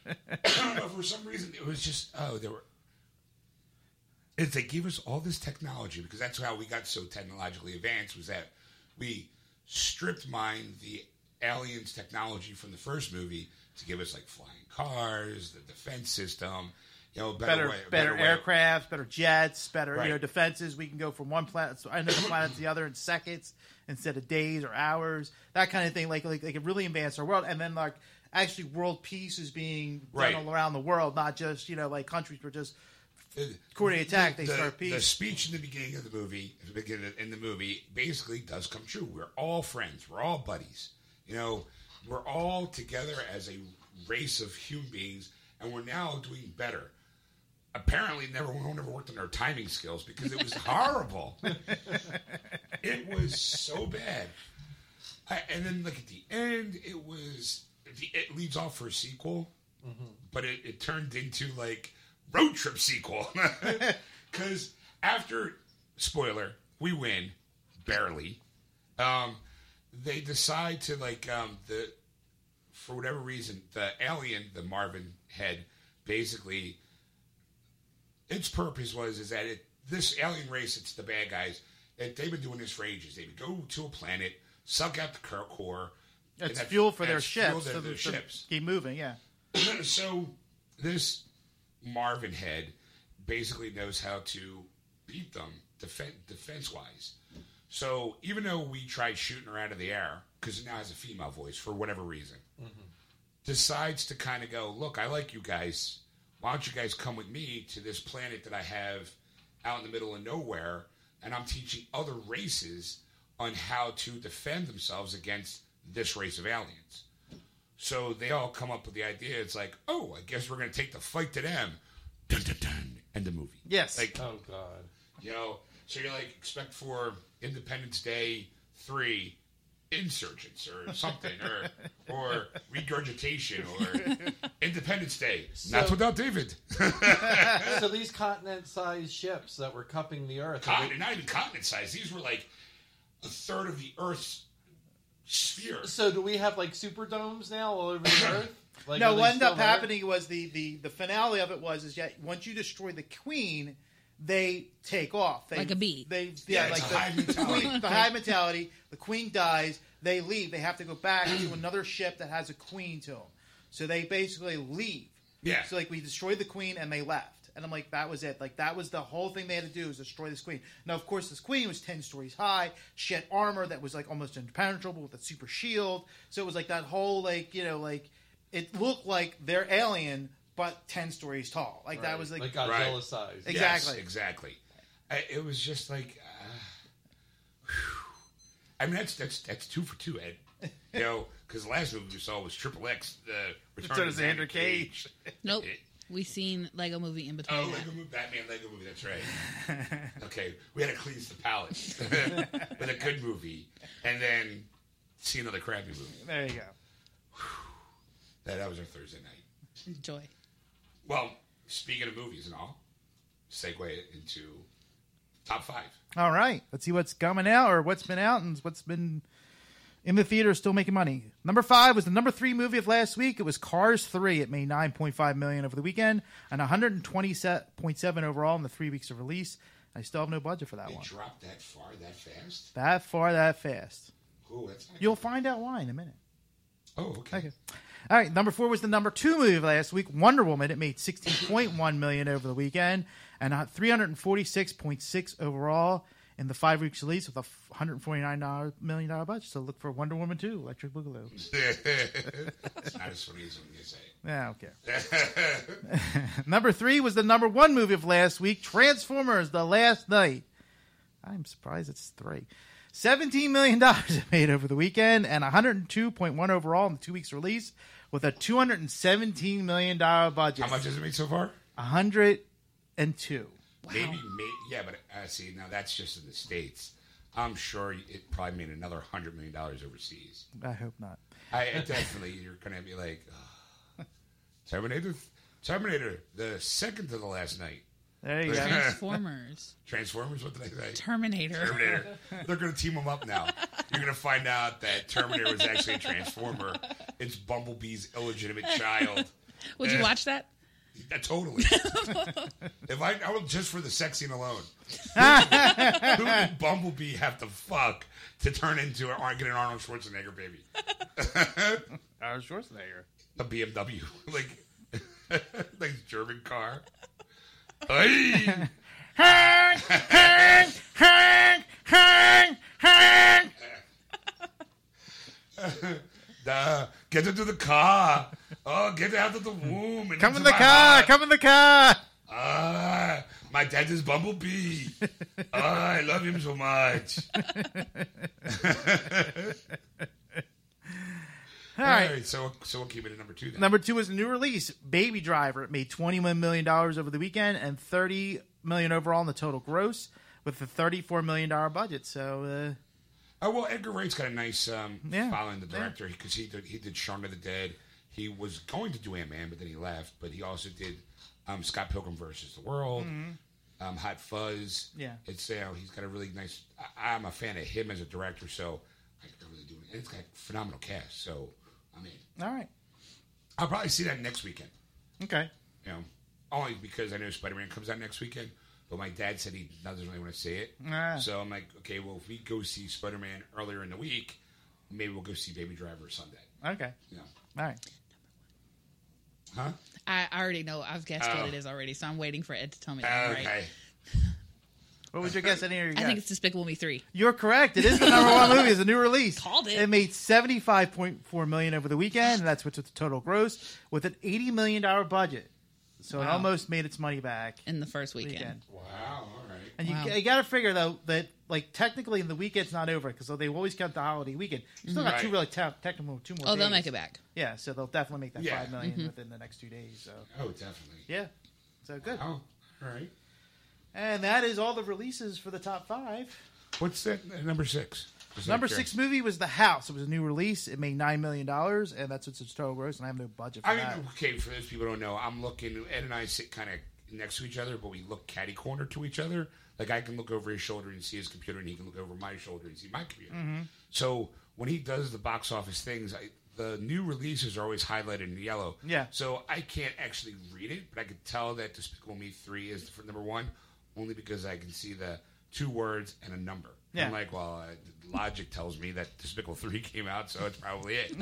[SPEAKER 1] don't know. For some reason, it was just, oh, there were. It's they gave us all this technology because that's how we got so technologically advanced was that we stripped mined the aliens' technology from the first movie to give us, like, flying cars, the defense system, you know, better,
[SPEAKER 2] Better,
[SPEAKER 1] way,
[SPEAKER 2] better,
[SPEAKER 1] way-
[SPEAKER 2] aircrafts, better jets, better
[SPEAKER 1] Right.
[SPEAKER 2] you know defenses. We can go from one planet end of the planet to the other in seconds instead of days or hours. That kind of thing. Like like, like it really advanced our world. And then like actually world peace is being
[SPEAKER 1] Right.
[SPEAKER 2] done all around the world, not just you know like countries were just
[SPEAKER 1] the-
[SPEAKER 2] coordinate attack. They
[SPEAKER 1] the,
[SPEAKER 2] start peace.
[SPEAKER 1] the speech in the beginning of the movie, the beginning in the movie, basically does come true. We're all friends. We're all buddies. You know, we're all together as a race of human beings, and we're now doing better. Apparently, never one ever worked on their timing skills because it was horrible. it was so bad. I, and then, like at the end, it was the- it leads off for a sequel, but it, it turned into like road trip sequel because after spoiler, we win barely. Um, they decide to like um, the for whatever reason the alien, the Marvin head, basically its purpose was is that it this alien race, it's the bad guys. That they've been doing this for ages. They would go to a planet, suck out the core- core. and
[SPEAKER 2] it's fuel for their
[SPEAKER 1] that's fuel
[SPEAKER 2] ships.
[SPEAKER 1] to
[SPEAKER 2] so
[SPEAKER 1] their
[SPEAKER 2] so
[SPEAKER 1] ships
[SPEAKER 2] keep moving. Yeah,
[SPEAKER 1] so this Marvin head basically knows how to beat them defense defense wise. So even though we tried shooting her out of the air because it now has a female voice for whatever reason, decides to kind of go, look, I like you guys. Why don't you guys come with me to this planet that I have out in the middle of nowhere? And I'm teaching other races on how to defend themselves against this race of aliens. So they all come up with the idea. It's like, oh, I guess we're going to take the fight to them. Dun, dun, dun, end the movie.
[SPEAKER 2] Yes.
[SPEAKER 1] Like,
[SPEAKER 3] Oh God.
[SPEAKER 1] you know, so you're like, expect for Independence Day 3 insurgents or something, or or regurgitation or Independence Day. Not
[SPEAKER 3] So-
[SPEAKER 1] without David.
[SPEAKER 3] so these continent-sized ships that were cupping the Earth.
[SPEAKER 1] Continent, not even continent size. These were like a third of the Earth's sphere.
[SPEAKER 3] So do we have like superdomes now all over the Earth? Like, are
[SPEAKER 2] no,
[SPEAKER 3] they
[SPEAKER 2] what ended
[SPEAKER 3] still
[SPEAKER 2] up
[SPEAKER 3] there?
[SPEAKER 2] happening was the, the, the finale of it was is yet once you destroy the queen, they take off. They,
[SPEAKER 6] Like a bee.
[SPEAKER 2] They yeah,
[SPEAKER 1] Yeah,
[SPEAKER 2] like
[SPEAKER 1] it's a
[SPEAKER 2] the,
[SPEAKER 1] hive
[SPEAKER 2] the
[SPEAKER 1] mentality.
[SPEAKER 2] queen, the high mentality. The queen dies. They leave. They have to go back to another ship that has a queen to them. So they basically leave.
[SPEAKER 1] Yeah.
[SPEAKER 2] So like we destroyed the queen and they left. And I'm like, that was it. Like that was the whole thing they had to do is destroy this queen. Now, of course, this queen was ten stories high. She had armor that was like almost impenetrable with a super shield. So it was like that whole like you know like it looked like they're alien but ten stories tall. Like that
[SPEAKER 3] Right,
[SPEAKER 2] was like,
[SPEAKER 3] like Godzilla size.
[SPEAKER 2] Ex-
[SPEAKER 1] Yes,
[SPEAKER 2] Exactly.
[SPEAKER 1] exactly. I, it was just like, uh, whew. I mean, that's that's that's two for two, Ed. You know, because the last movie we saw was Triple X, the
[SPEAKER 2] Return
[SPEAKER 1] Return, of
[SPEAKER 2] of
[SPEAKER 1] Xander
[SPEAKER 2] Xander
[SPEAKER 1] Cage.
[SPEAKER 6] Nope. We seen Lego Movie in between.
[SPEAKER 1] Oh,
[SPEAKER 6] that.
[SPEAKER 1] Lego movie, Batman Lego movie. That's right. Okay, we had to cleanse the palate with a good movie, and then see another crappy movie.
[SPEAKER 2] there you go.
[SPEAKER 1] That, that was our Thursday night.
[SPEAKER 6] Joy.
[SPEAKER 1] Well, speaking of movies and all, segue it into top five.
[SPEAKER 2] All right, let's see what's coming out or what's been out and what's been in the theater still making money. Number five was the number three movie of last week. It was Cars Three. It made nine point five million over the weekend and one hundred and twenty point seven overall in the three weeks of release. I still have no budget for that
[SPEAKER 1] They
[SPEAKER 2] one.
[SPEAKER 1] dropped that far, that fast.
[SPEAKER 2] That far, that fast.
[SPEAKER 1] Cool. That's not
[SPEAKER 2] You'll find out why in a minute.
[SPEAKER 1] Oh, okay.
[SPEAKER 2] Okay. All right, number four was the number two movie of last week, Wonder Woman. It made sixteen point one million over the weekend and three hundred and forty six point six overall in the five weeks release with a one hundred forty nine million dollar budget. So look for Wonder Woman two, Electric Boogaloo.
[SPEAKER 1] it's not as funny as when you say it.
[SPEAKER 2] Yeah, okay. number three was the number one movie of last week, Transformers: The Last Night. I'm surprised it's three. Seventeen million dollars it made over the weekend, and 102.1 overall in the two weeks release, with a 217 million dollar budget.
[SPEAKER 1] How much has it made so far?
[SPEAKER 2] 102.
[SPEAKER 1] Maybe, maybe, yeah, but uh, see, now that's just in the states. I'm sure it probably made another hundred million dollars overseas.
[SPEAKER 2] I hope not.
[SPEAKER 1] I I definitely, you're gonna be like, "Ugh." Terminator, Terminator, the second to the last night.
[SPEAKER 2] There you go.
[SPEAKER 6] Transformers,
[SPEAKER 1] Transformers, what did I say?
[SPEAKER 6] Terminator.
[SPEAKER 1] Terminator. They're gonna team them up now. You're gonna find out that Terminator was actually a transformer. It's Bumblebee's illegitimate child.
[SPEAKER 6] Would you
[SPEAKER 1] Eh.
[SPEAKER 6] watch that?
[SPEAKER 1] Yeah, totally. if I, I would just for the sex scene alone. Who did Bumblebee have to fuck to turn into an, Ar- get an Arnold Schwarzenegger baby? Uh,
[SPEAKER 2] Arnold Schwarzenegger.
[SPEAKER 1] A BMW, like like German car. Hey,
[SPEAKER 2] Hank, Hank, Hank, Hank, Hank.
[SPEAKER 1] uh, get into the car. Oh, get out of the womb. and
[SPEAKER 2] Come in
[SPEAKER 1] into
[SPEAKER 2] the
[SPEAKER 1] my
[SPEAKER 2] car.
[SPEAKER 1] heart.
[SPEAKER 2] Come in the car.
[SPEAKER 1] Ah, my dad is Bumblebee. Ah, I love him so much.
[SPEAKER 2] All
[SPEAKER 1] All
[SPEAKER 2] right.
[SPEAKER 1] right, so so we'll keep it at number two then.
[SPEAKER 2] Number two is a new release, Baby Driver. It made twenty-one million dollars over the weekend and thirty million overall in the total gross, with a thirty-four million dollar budget. So, uh,
[SPEAKER 1] Oh well, Edgar Wright's got a nice um,
[SPEAKER 2] Yeah.
[SPEAKER 1] following the director because he did, he did Shaun of the Dead. He was going to do Ant Man, but then he left. But he also did um, Scott Pilgrim versus the World, um, Hot Fuzz.
[SPEAKER 2] Mm-hmm. Yeah.
[SPEAKER 1] it's you know, he's got a really nice. I, I'm a fan of him as a director, so I could really do it. And it's got a phenomenal cast, so I mean,
[SPEAKER 2] uh, all right,
[SPEAKER 1] I'll probably see that next weekend.
[SPEAKER 2] okay,
[SPEAKER 1] You know, only because I know Spider Man comes out next weekend. But my dad said he doesn't really want to see it.
[SPEAKER 2] Ah.
[SPEAKER 1] So I'm like, okay, well, if we go see Spider Man earlier in the week, maybe we'll go see Baby Driver Sunday.
[SPEAKER 2] okay,
[SPEAKER 1] You know,
[SPEAKER 2] all right.
[SPEAKER 1] huh?
[SPEAKER 6] I I already know. I've guessed
[SPEAKER 1] Oh.
[SPEAKER 6] what it is already, so I'm waiting for Ed to tell me. that,
[SPEAKER 1] Okay.
[SPEAKER 6] Right.
[SPEAKER 2] What was your guess? Any of your
[SPEAKER 6] I
[SPEAKER 2] guess?
[SPEAKER 6] think it's Despicable Me Three.
[SPEAKER 2] You're correct. It is the number one movie. It's a new release.
[SPEAKER 6] Called it.
[SPEAKER 2] It made seventy-five point four million over the weekend, and that's what's the total gross, with an eighty million dollar budget. So it
[SPEAKER 6] Wow.
[SPEAKER 2] almost made its money back.
[SPEAKER 6] in the first weekend.
[SPEAKER 2] Weekend.
[SPEAKER 1] Wow. All right.
[SPEAKER 2] And you,
[SPEAKER 6] Wow.
[SPEAKER 2] you got to figure though that like technically the weekend's not over because they always count the holiday weekend. You still got two
[SPEAKER 1] Right.
[SPEAKER 2] really te- technical two more.
[SPEAKER 6] Mm-hmm. Oh, they'll
[SPEAKER 2] days.
[SPEAKER 6] make it back. Mm-hmm.
[SPEAKER 2] Yeah, so they'll definitely make that
[SPEAKER 1] Yeah.
[SPEAKER 2] five million within the next two days. So
[SPEAKER 1] Oh, definitely.
[SPEAKER 2] yeah, so good.
[SPEAKER 1] Oh, all right.
[SPEAKER 2] And that is all the releases for the top five.
[SPEAKER 1] What's that? uh, Number six. Just
[SPEAKER 2] Number
[SPEAKER 1] like, uh,
[SPEAKER 2] six movie was The House. It was a new release. It made nine million dollars, and that's what's its total gross. And I have no budget for
[SPEAKER 1] I mean,
[SPEAKER 2] that.
[SPEAKER 1] okay, for those people who don't know, I'm looking, Ed and I sit kind of next to each other, but we look catty corner to each other. Like I can look over his shoulder and see his computer, and he can look over my shoulder and see my computer.
[SPEAKER 2] Mm-hmm.
[SPEAKER 1] So when he does the box office things, I, the new releases are always highlighted in yellow.
[SPEAKER 2] Yeah.
[SPEAKER 1] So I can't actually read it, but I could tell that Despicable Me 3 is for number one, only because I can see the two words and a number.
[SPEAKER 2] Yeah.
[SPEAKER 1] I'm like, well, uh, logic tells me that Despicable 3 came out, so it's probably it.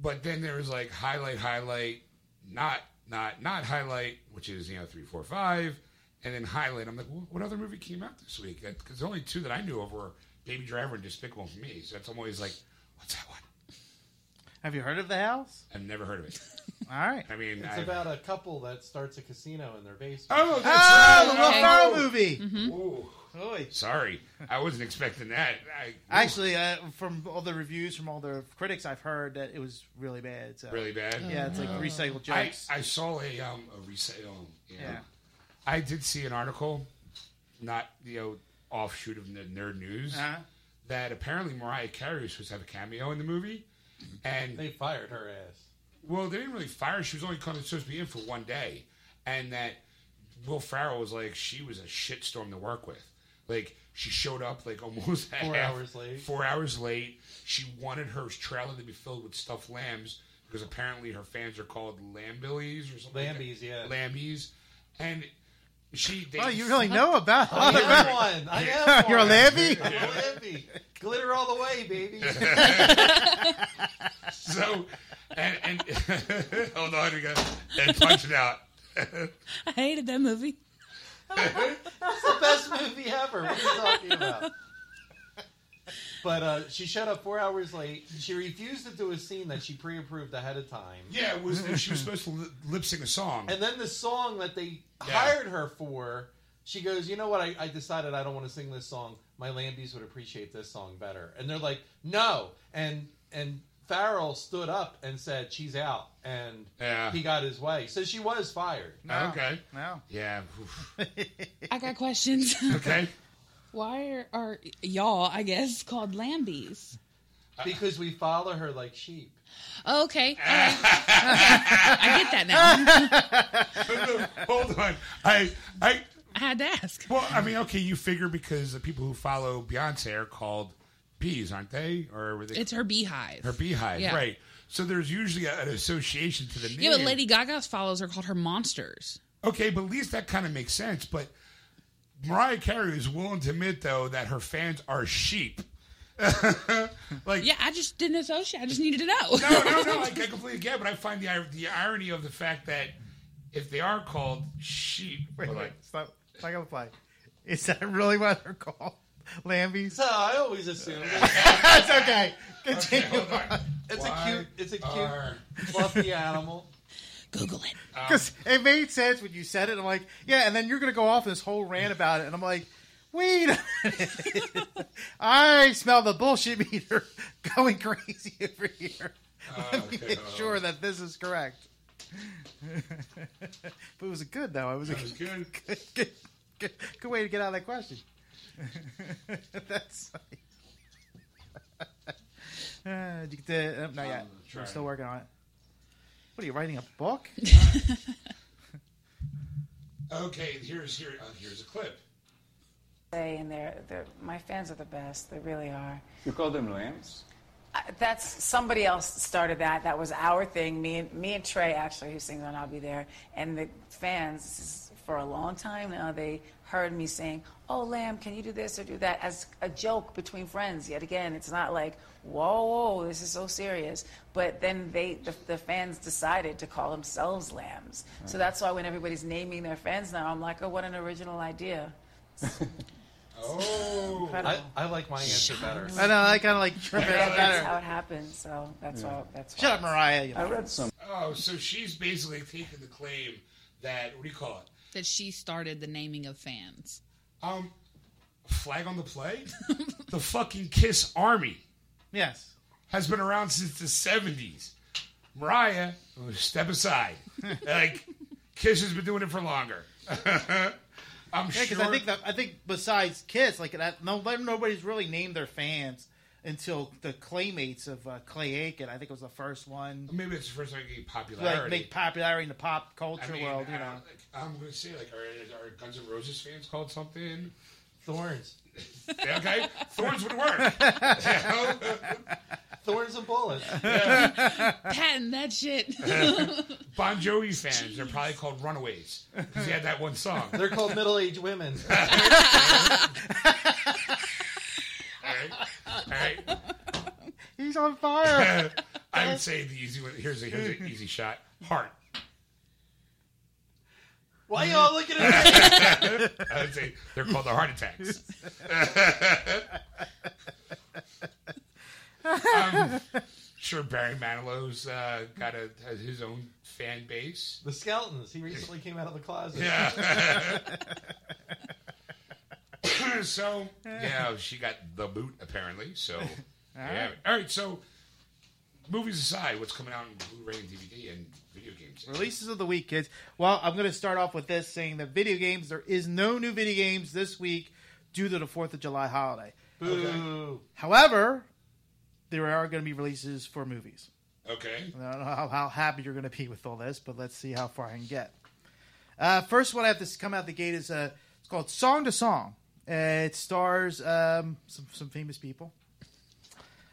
[SPEAKER 1] But then there was like highlight, highlight, not, not, not highlight, which is you know three, four, five, and then highlight. I'm like, "Wh- what other movie came out this week? Because the only two that I knew of were Baby Driver and Despicable Me. So that's always like, what's that one?
[SPEAKER 2] Have you heard of The House?
[SPEAKER 1] I've never heard of it.
[SPEAKER 2] All right.
[SPEAKER 1] I mean,
[SPEAKER 3] It's
[SPEAKER 1] I've-
[SPEAKER 3] about a couple that starts a casino in their basement.
[SPEAKER 1] oh, that's
[SPEAKER 2] Oh, the Will
[SPEAKER 6] Okay.
[SPEAKER 2] Ferrell movie.
[SPEAKER 6] Mm-hmm.
[SPEAKER 1] right. Ooh,
[SPEAKER 2] Oy.
[SPEAKER 1] sorry, I wasn't expecting that. I,
[SPEAKER 2] Actually, uh, from all the reviews from all the critics I've heard, that it was really bad. So.
[SPEAKER 1] really bad.
[SPEAKER 2] Yeah, it's like recycled
[SPEAKER 1] Uh, I,
[SPEAKER 2] jokes.
[SPEAKER 1] I saw a um a resale. Yeah.
[SPEAKER 2] Yeah.
[SPEAKER 1] I did see an article, not you know offshoot of the nerd news.
[SPEAKER 2] Uh-huh.
[SPEAKER 1] that apparently Mariah Carey was supposed to have a cameo in the movie, and
[SPEAKER 3] They fired her ass.
[SPEAKER 1] well, they didn't really fire. her. She was only coming supposed to be in for one day, and that Will Farrell was like she was a shitstorm to work with. Like she showed up like almost
[SPEAKER 3] Four
[SPEAKER 1] half-
[SPEAKER 3] hours late.
[SPEAKER 1] Four hours late. She wanted her trailer to be filled with stuffed lambs because apparently her fans are called lambillies or something. like that.
[SPEAKER 3] Lambies, yeah.
[SPEAKER 1] Lambies, and she. They,
[SPEAKER 2] Oh, you really know about
[SPEAKER 1] Oh,
[SPEAKER 3] I am one. I am one.
[SPEAKER 2] Oh, You're a lambie?
[SPEAKER 3] I'm a lambie. Glitter all the way, baby.
[SPEAKER 1] so. And, and hold on, we got and punch it out.
[SPEAKER 6] I hated that movie.
[SPEAKER 3] It's the best movie ever. What are you talking about? But uh, she showed up four hours late. She refused to do a scene that she pre-approved ahead of time.
[SPEAKER 1] Yeah, it was she was supposed to lip sync a song.
[SPEAKER 3] And then the song that they
[SPEAKER 1] Yeah.
[SPEAKER 3] hired her for, she goes, "You know what? I, I decided I don't want to sing this song. My Lambies would appreciate this song better." And they're like, "No!" And and Farrell stood up and said, "She's out." And
[SPEAKER 1] Yeah.
[SPEAKER 3] he got his way. So she was fired.
[SPEAKER 1] Oh, okay.
[SPEAKER 2] No.
[SPEAKER 1] Yeah. oof.
[SPEAKER 6] I got questions.
[SPEAKER 1] Okay.
[SPEAKER 6] Why are, are y'all, I guess, called lambies?
[SPEAKER 3] Because we follow her like sheep.
[SPEAKER 6] Okay. all right. I get that now.
[SPEAKER 1] Hold on. I I
[SPEAKER 6] I had to ask.
[SPEAKER 1] well, I mean, okay, you figure because the people who follow Beyonce are called bees, aren't they? Or were they
[SPEAKER 6] It's her beehive.
[SPEAKER 1] or beehive,
[SPEAKER 6] Yeah.
[SPEAKER 1] right? So there's usually a, an association to the name.
[SPEAKER 6] Yeah, but Lady Gaga's followers are called her monsters.
[SPEAKER 1] Okay, but at least that kind of makes sense. But Mariah Carey is willing to admit though that her fans are sheep. like
[SPEAKER 6] Yeah, I just didn't associate. I just needed to know.
[SPEAKER 1] no, no, no. I, I completely get, it, but I find the ir- the irony of the fact that if they are called sheep,
[SPEAKER 2] Wait,
[SPEAKER 1] well,
[SPEAKER 2] wait.
[SPEAKER 1] like,
[SPEAKER 2] Stop. Stop gonna play. Is that really what they're called? Lambies?
[SPEAKER 3] So I always assume
[SPEAKER 2] That's okay. Continue.
[SPEAKER 1] hold on.
[SPEAKER 3] it's
[SPEAKER 1] Why
[SPEAKER 3] a cute, it's a
[SPEAKER 1] are-
[SPEAKER 3] cute, fluffy animal.
[SPEAKER 6] Google it.
[SPEAKER 1] Um,
[SPEAKER 2] Because it made sense when you said it. I'm like, yeah, and then you're gonna go off this whole rant about it, and I'm like, wait. a minute. I smell the bullshit meter going crazy over here. Let me
[SPEAKER 1] Oh, okay,
[SPEAKER 2] make
[SPEAKER 1] hold
[SPEAKER 2] sure
[SPEAKER 1] on.
[SPEAKER 2] that this is correct. but it was good though. It was a
[SPEAKER 1] That was good.
[SPEAKER 2] good, good, good, good way to get out of that question. That's funny. uh, did you get the, uh, not yet.
[SPEAKER 1] trying.
[SPEAKER 2] I'm still working on it. What are you writing a book?
[SPEAKER 1] Okay, here's here uh, here's a clip.
[SPEAKER 7] say, and they're, they're my fans are the best. They really are.
[SPEAKER 8] You call them lambs?
[SPEAKER 7] Uh, that's somebody else started that. That was our thing. Me and me and Trey actually, who sings on "I'll Be There," and the fans for a long time now they heard me saying, "Oh, Lamb, can you do this or do that?" as a joke between friends. Yet again, it's not like, "Whoa, whoa, this is so serious." But then they, the, the fans, decided to call themselves Lambs. So that's why when everybody's naming their fans now, I'm like, "Oh, what an original idea!"
[SPEAKER 1] Oh,
[SPEAKER 7] Incredible.
[SPEAKER 3] I, I like my answer better.
[SPEAKER 2] I know, I kind of like trip it up
[SPEAKER 7] That's how
[SPEAKER 2] better.
[SPEAKER 7] it happens. So that's all. That's
[SPEAKER 2] Shut
[SPEAKER 7] why.
[SPEAKER 2] up, Mariah. You
[SPEAKER 8] I read some
[SPEAKER 1] oh, so she's basically taking the claim that what do you call it?
[SPEAKER 6] That she started the naming of fans.
[SPEAKER 1] Um, flag on the play. the fucking Kiss Army
[SPEAKER 2] Yes.
[SPEAKER 1] has been around since the seventies. Mariah, step aside. like Kiss has been doing it for longer. I'm
[SPEAKER 2] Yeah,
[SPEAKER 1] sure.
[SPEAKER 2] because I think that I think besides Kiss, like that, no, nobody's really named their fans until the Claymates of uh, Clay Aiken. I think it was the first one
[SPEAKER 1] maybe it's the first time getting
[SPEAKER 2] to like
[SPEAKER 1] popularity.
[SPEAKER 2] make popularity in the pop
[SPEAKER 1] I
[SPEAKER 2] culture
[SPEAKER 1] mean,
[SPEAKER 2] world.
[SPEAKER 1] I
[SPEAKER 2] You
[SPEAKER 1] don't-
[SPEAKER 2] know,
[SPEAKER 1] like, I'm gonna say like, are, are Guns N' Roses fans called something?
[SPEAKER 3] Thorns,
[SPEAKER 1] Okay, thorns would work.
[SPEAKER 3] thorns and bullets.
[SPEAKER 6] Patent that shit.
[SPEAKER 1] Bon Jovi fans are probably called Runaways because they had that one song.
[SPEAKER 3] They're called middle-aged women.
[SPEAKER 1] All right, all right.
[SPEAKER 2] he's on fire.
[SPEAKER 1] I would say the easy one. Here's a here's an easy shot. Heart.
[SPEAKER 3] Why y'all looking at me?
[SPEAKER 1] I would say they're called the heart attacks. I'm Um, sure Barry Manilow's uh, got a has his own fan base.
[SPEAKER 3] The skeletons. He recently came out of the closet.
[SPEAKER 1] so yeah, she got the boot apparently. So yeah. all right. So movies aside, what's coming out in Blu-ray and DVD and video games?
[SPEAKER 2] Releases of the week, kids. Well, I'm going to start off with this saying that video games. There is no new video games this week due to the Fourth of July holiday.
[SPEAKER 3] Boo.
[SPEAKER 2] However, there are going to be releases for movies.
[SPEAKER 1] Okay.
[SPEAKER 2] I don't know how, how happy you're going to be with all this, but let's see how far I can get. Uh, first one I have to come out the gate is uh, it's called Song to Song. Uh, it stars um, some some famous people.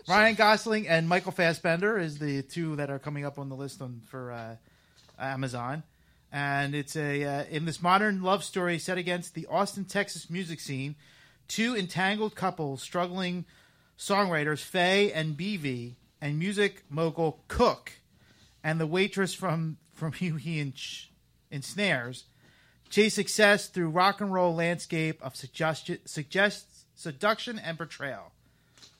[SPEAKER 2] Ryan Gosling and Michael Fassbender is the two that are coming up on the list on for uh, Amazon, and it's a uh, in this modern love story set against the Austin, Texas music scene. Two entangled couples, struggling songwriters Faye and BV, and music mogul Cook, and the waitress from from Hugh He and Ch- ensnares, chase success through rock and roll landscape of suggestion, suggest seduction and betrayal.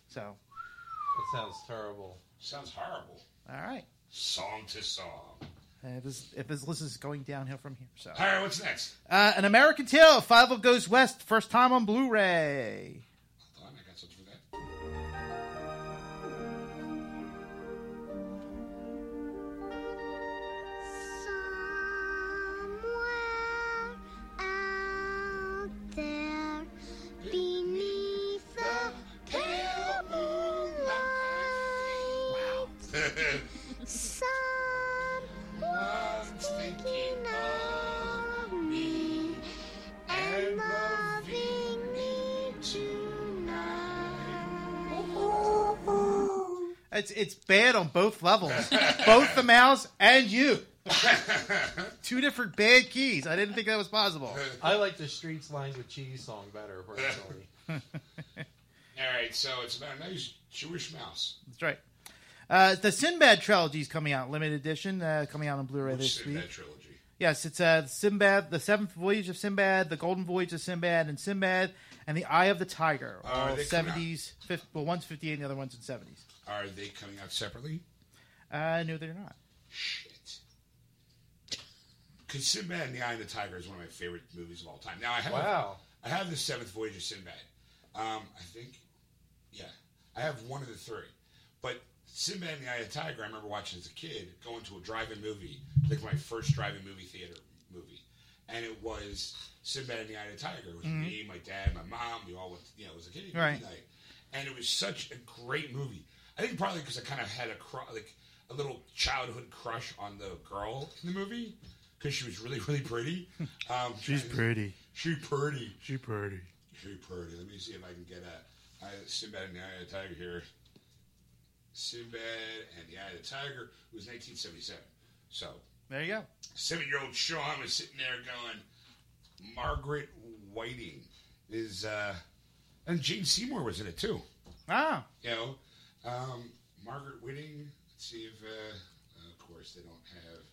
[SPEAKER 2] So,
[SPEAKER 3] That sounds terrible.
[SPEAKER 1] Sounds horrible.
[SPEAKER 2] all right.
[SPEAKER 1] Song to song.
[SPEAKER 2] And if this, if this list is going downhill from here, so
[SPEAKER 1] All right, what's next?
[SPEAKER 2] uh, an American Tale, Five of Goes West, first time on Blu-ray.
[SPEAKER 1] Hold on, I got something for that.
[SPEAKER 8] Somewhere out there, beneath the pale moonlight, someone's thinking of me and loving me tonight.
[SPEAKER 2] It's it's bad on both levels, both the mouse and you. Two different bad keys. I didn't think that was possible.
[SPEAKER 3] I like the Streets Lined with Cheese song better, personally.
[SPEAKER 1] All right, so it's about a nice Jewish mouse.
[SPEAKER 2] That's right. Uh, the Sinbad trilogy is coming out, limited edition, uh, coming out on Blu-ray this
[SPEAKER 1] in
[SPEAKER 2] week.
[SPEAKER 1] that trilogy.
[SPEAKER 2] Yes, it's uh, Sinbad, the Seventh Voyage of Sinbad, the Golden Voyage of Sinbad, and Sinbad and the Eye of the Tiger.
[SPEAKER 1] Oh, are
[SPEAKER 2] All
[SPEAKER 1] they coming out?
[SPEAKER 2] seventies. Well, one's fifty-eight, and the other one's in seventies.
[SPEAKER 1] Are they coming out separately?
[SPEAKER 2] Uh, no, they're not.
[SPEAKER 1] Shit. Because Sinbad and the Eye of the Tiger is one of my favorite movies of all time. Now I have
[SPEAKER 3] Wow.
[SPEAKER 1] I have the Seventh Voyage of Sinbad. Um, I think, yeah, I have one of the three. But Sinbad and the Eye of the Tiger, I remember watching as a kid, going to a drive-in movie, like my first drive-in movie theater movie, and it was Sinbad and the Eye of the Tiger. It was
[SPEAKER 9] Mm-hmm.
[SPEAKER 1] me, my dad, my mom. We all went. To, you know, it was a kid movie
[SPEAKER 2] Right.
[SPEAKER 1] night, and it was such a great movie. I think probably because I kind of had a cru- like a little childhood crush on the girl in the movie because she was really really pretty. Um,
[SPEAKER 9] She's pretty.
[SPEAKER 1] She pretty.
[SPEAKER 9] She pretty.
[SPEAKER 1] She pretty. Let me see if I can get a I, Sinbad and the Eye of the Tiger here. Sinbad and the Eye of the Tiger It was 1977. So
[SPEAKER 2] There you go.
[SPEAKER 1] seven-year-old Sean was sitting there going, Margaret Whiting is, uh, and Gene Seymour was in it too.
[SPEAKER 2] Ah,
[SPEAKER 1] You know, um, Margaret Whiting. Let's see if, uh, of course, they don't have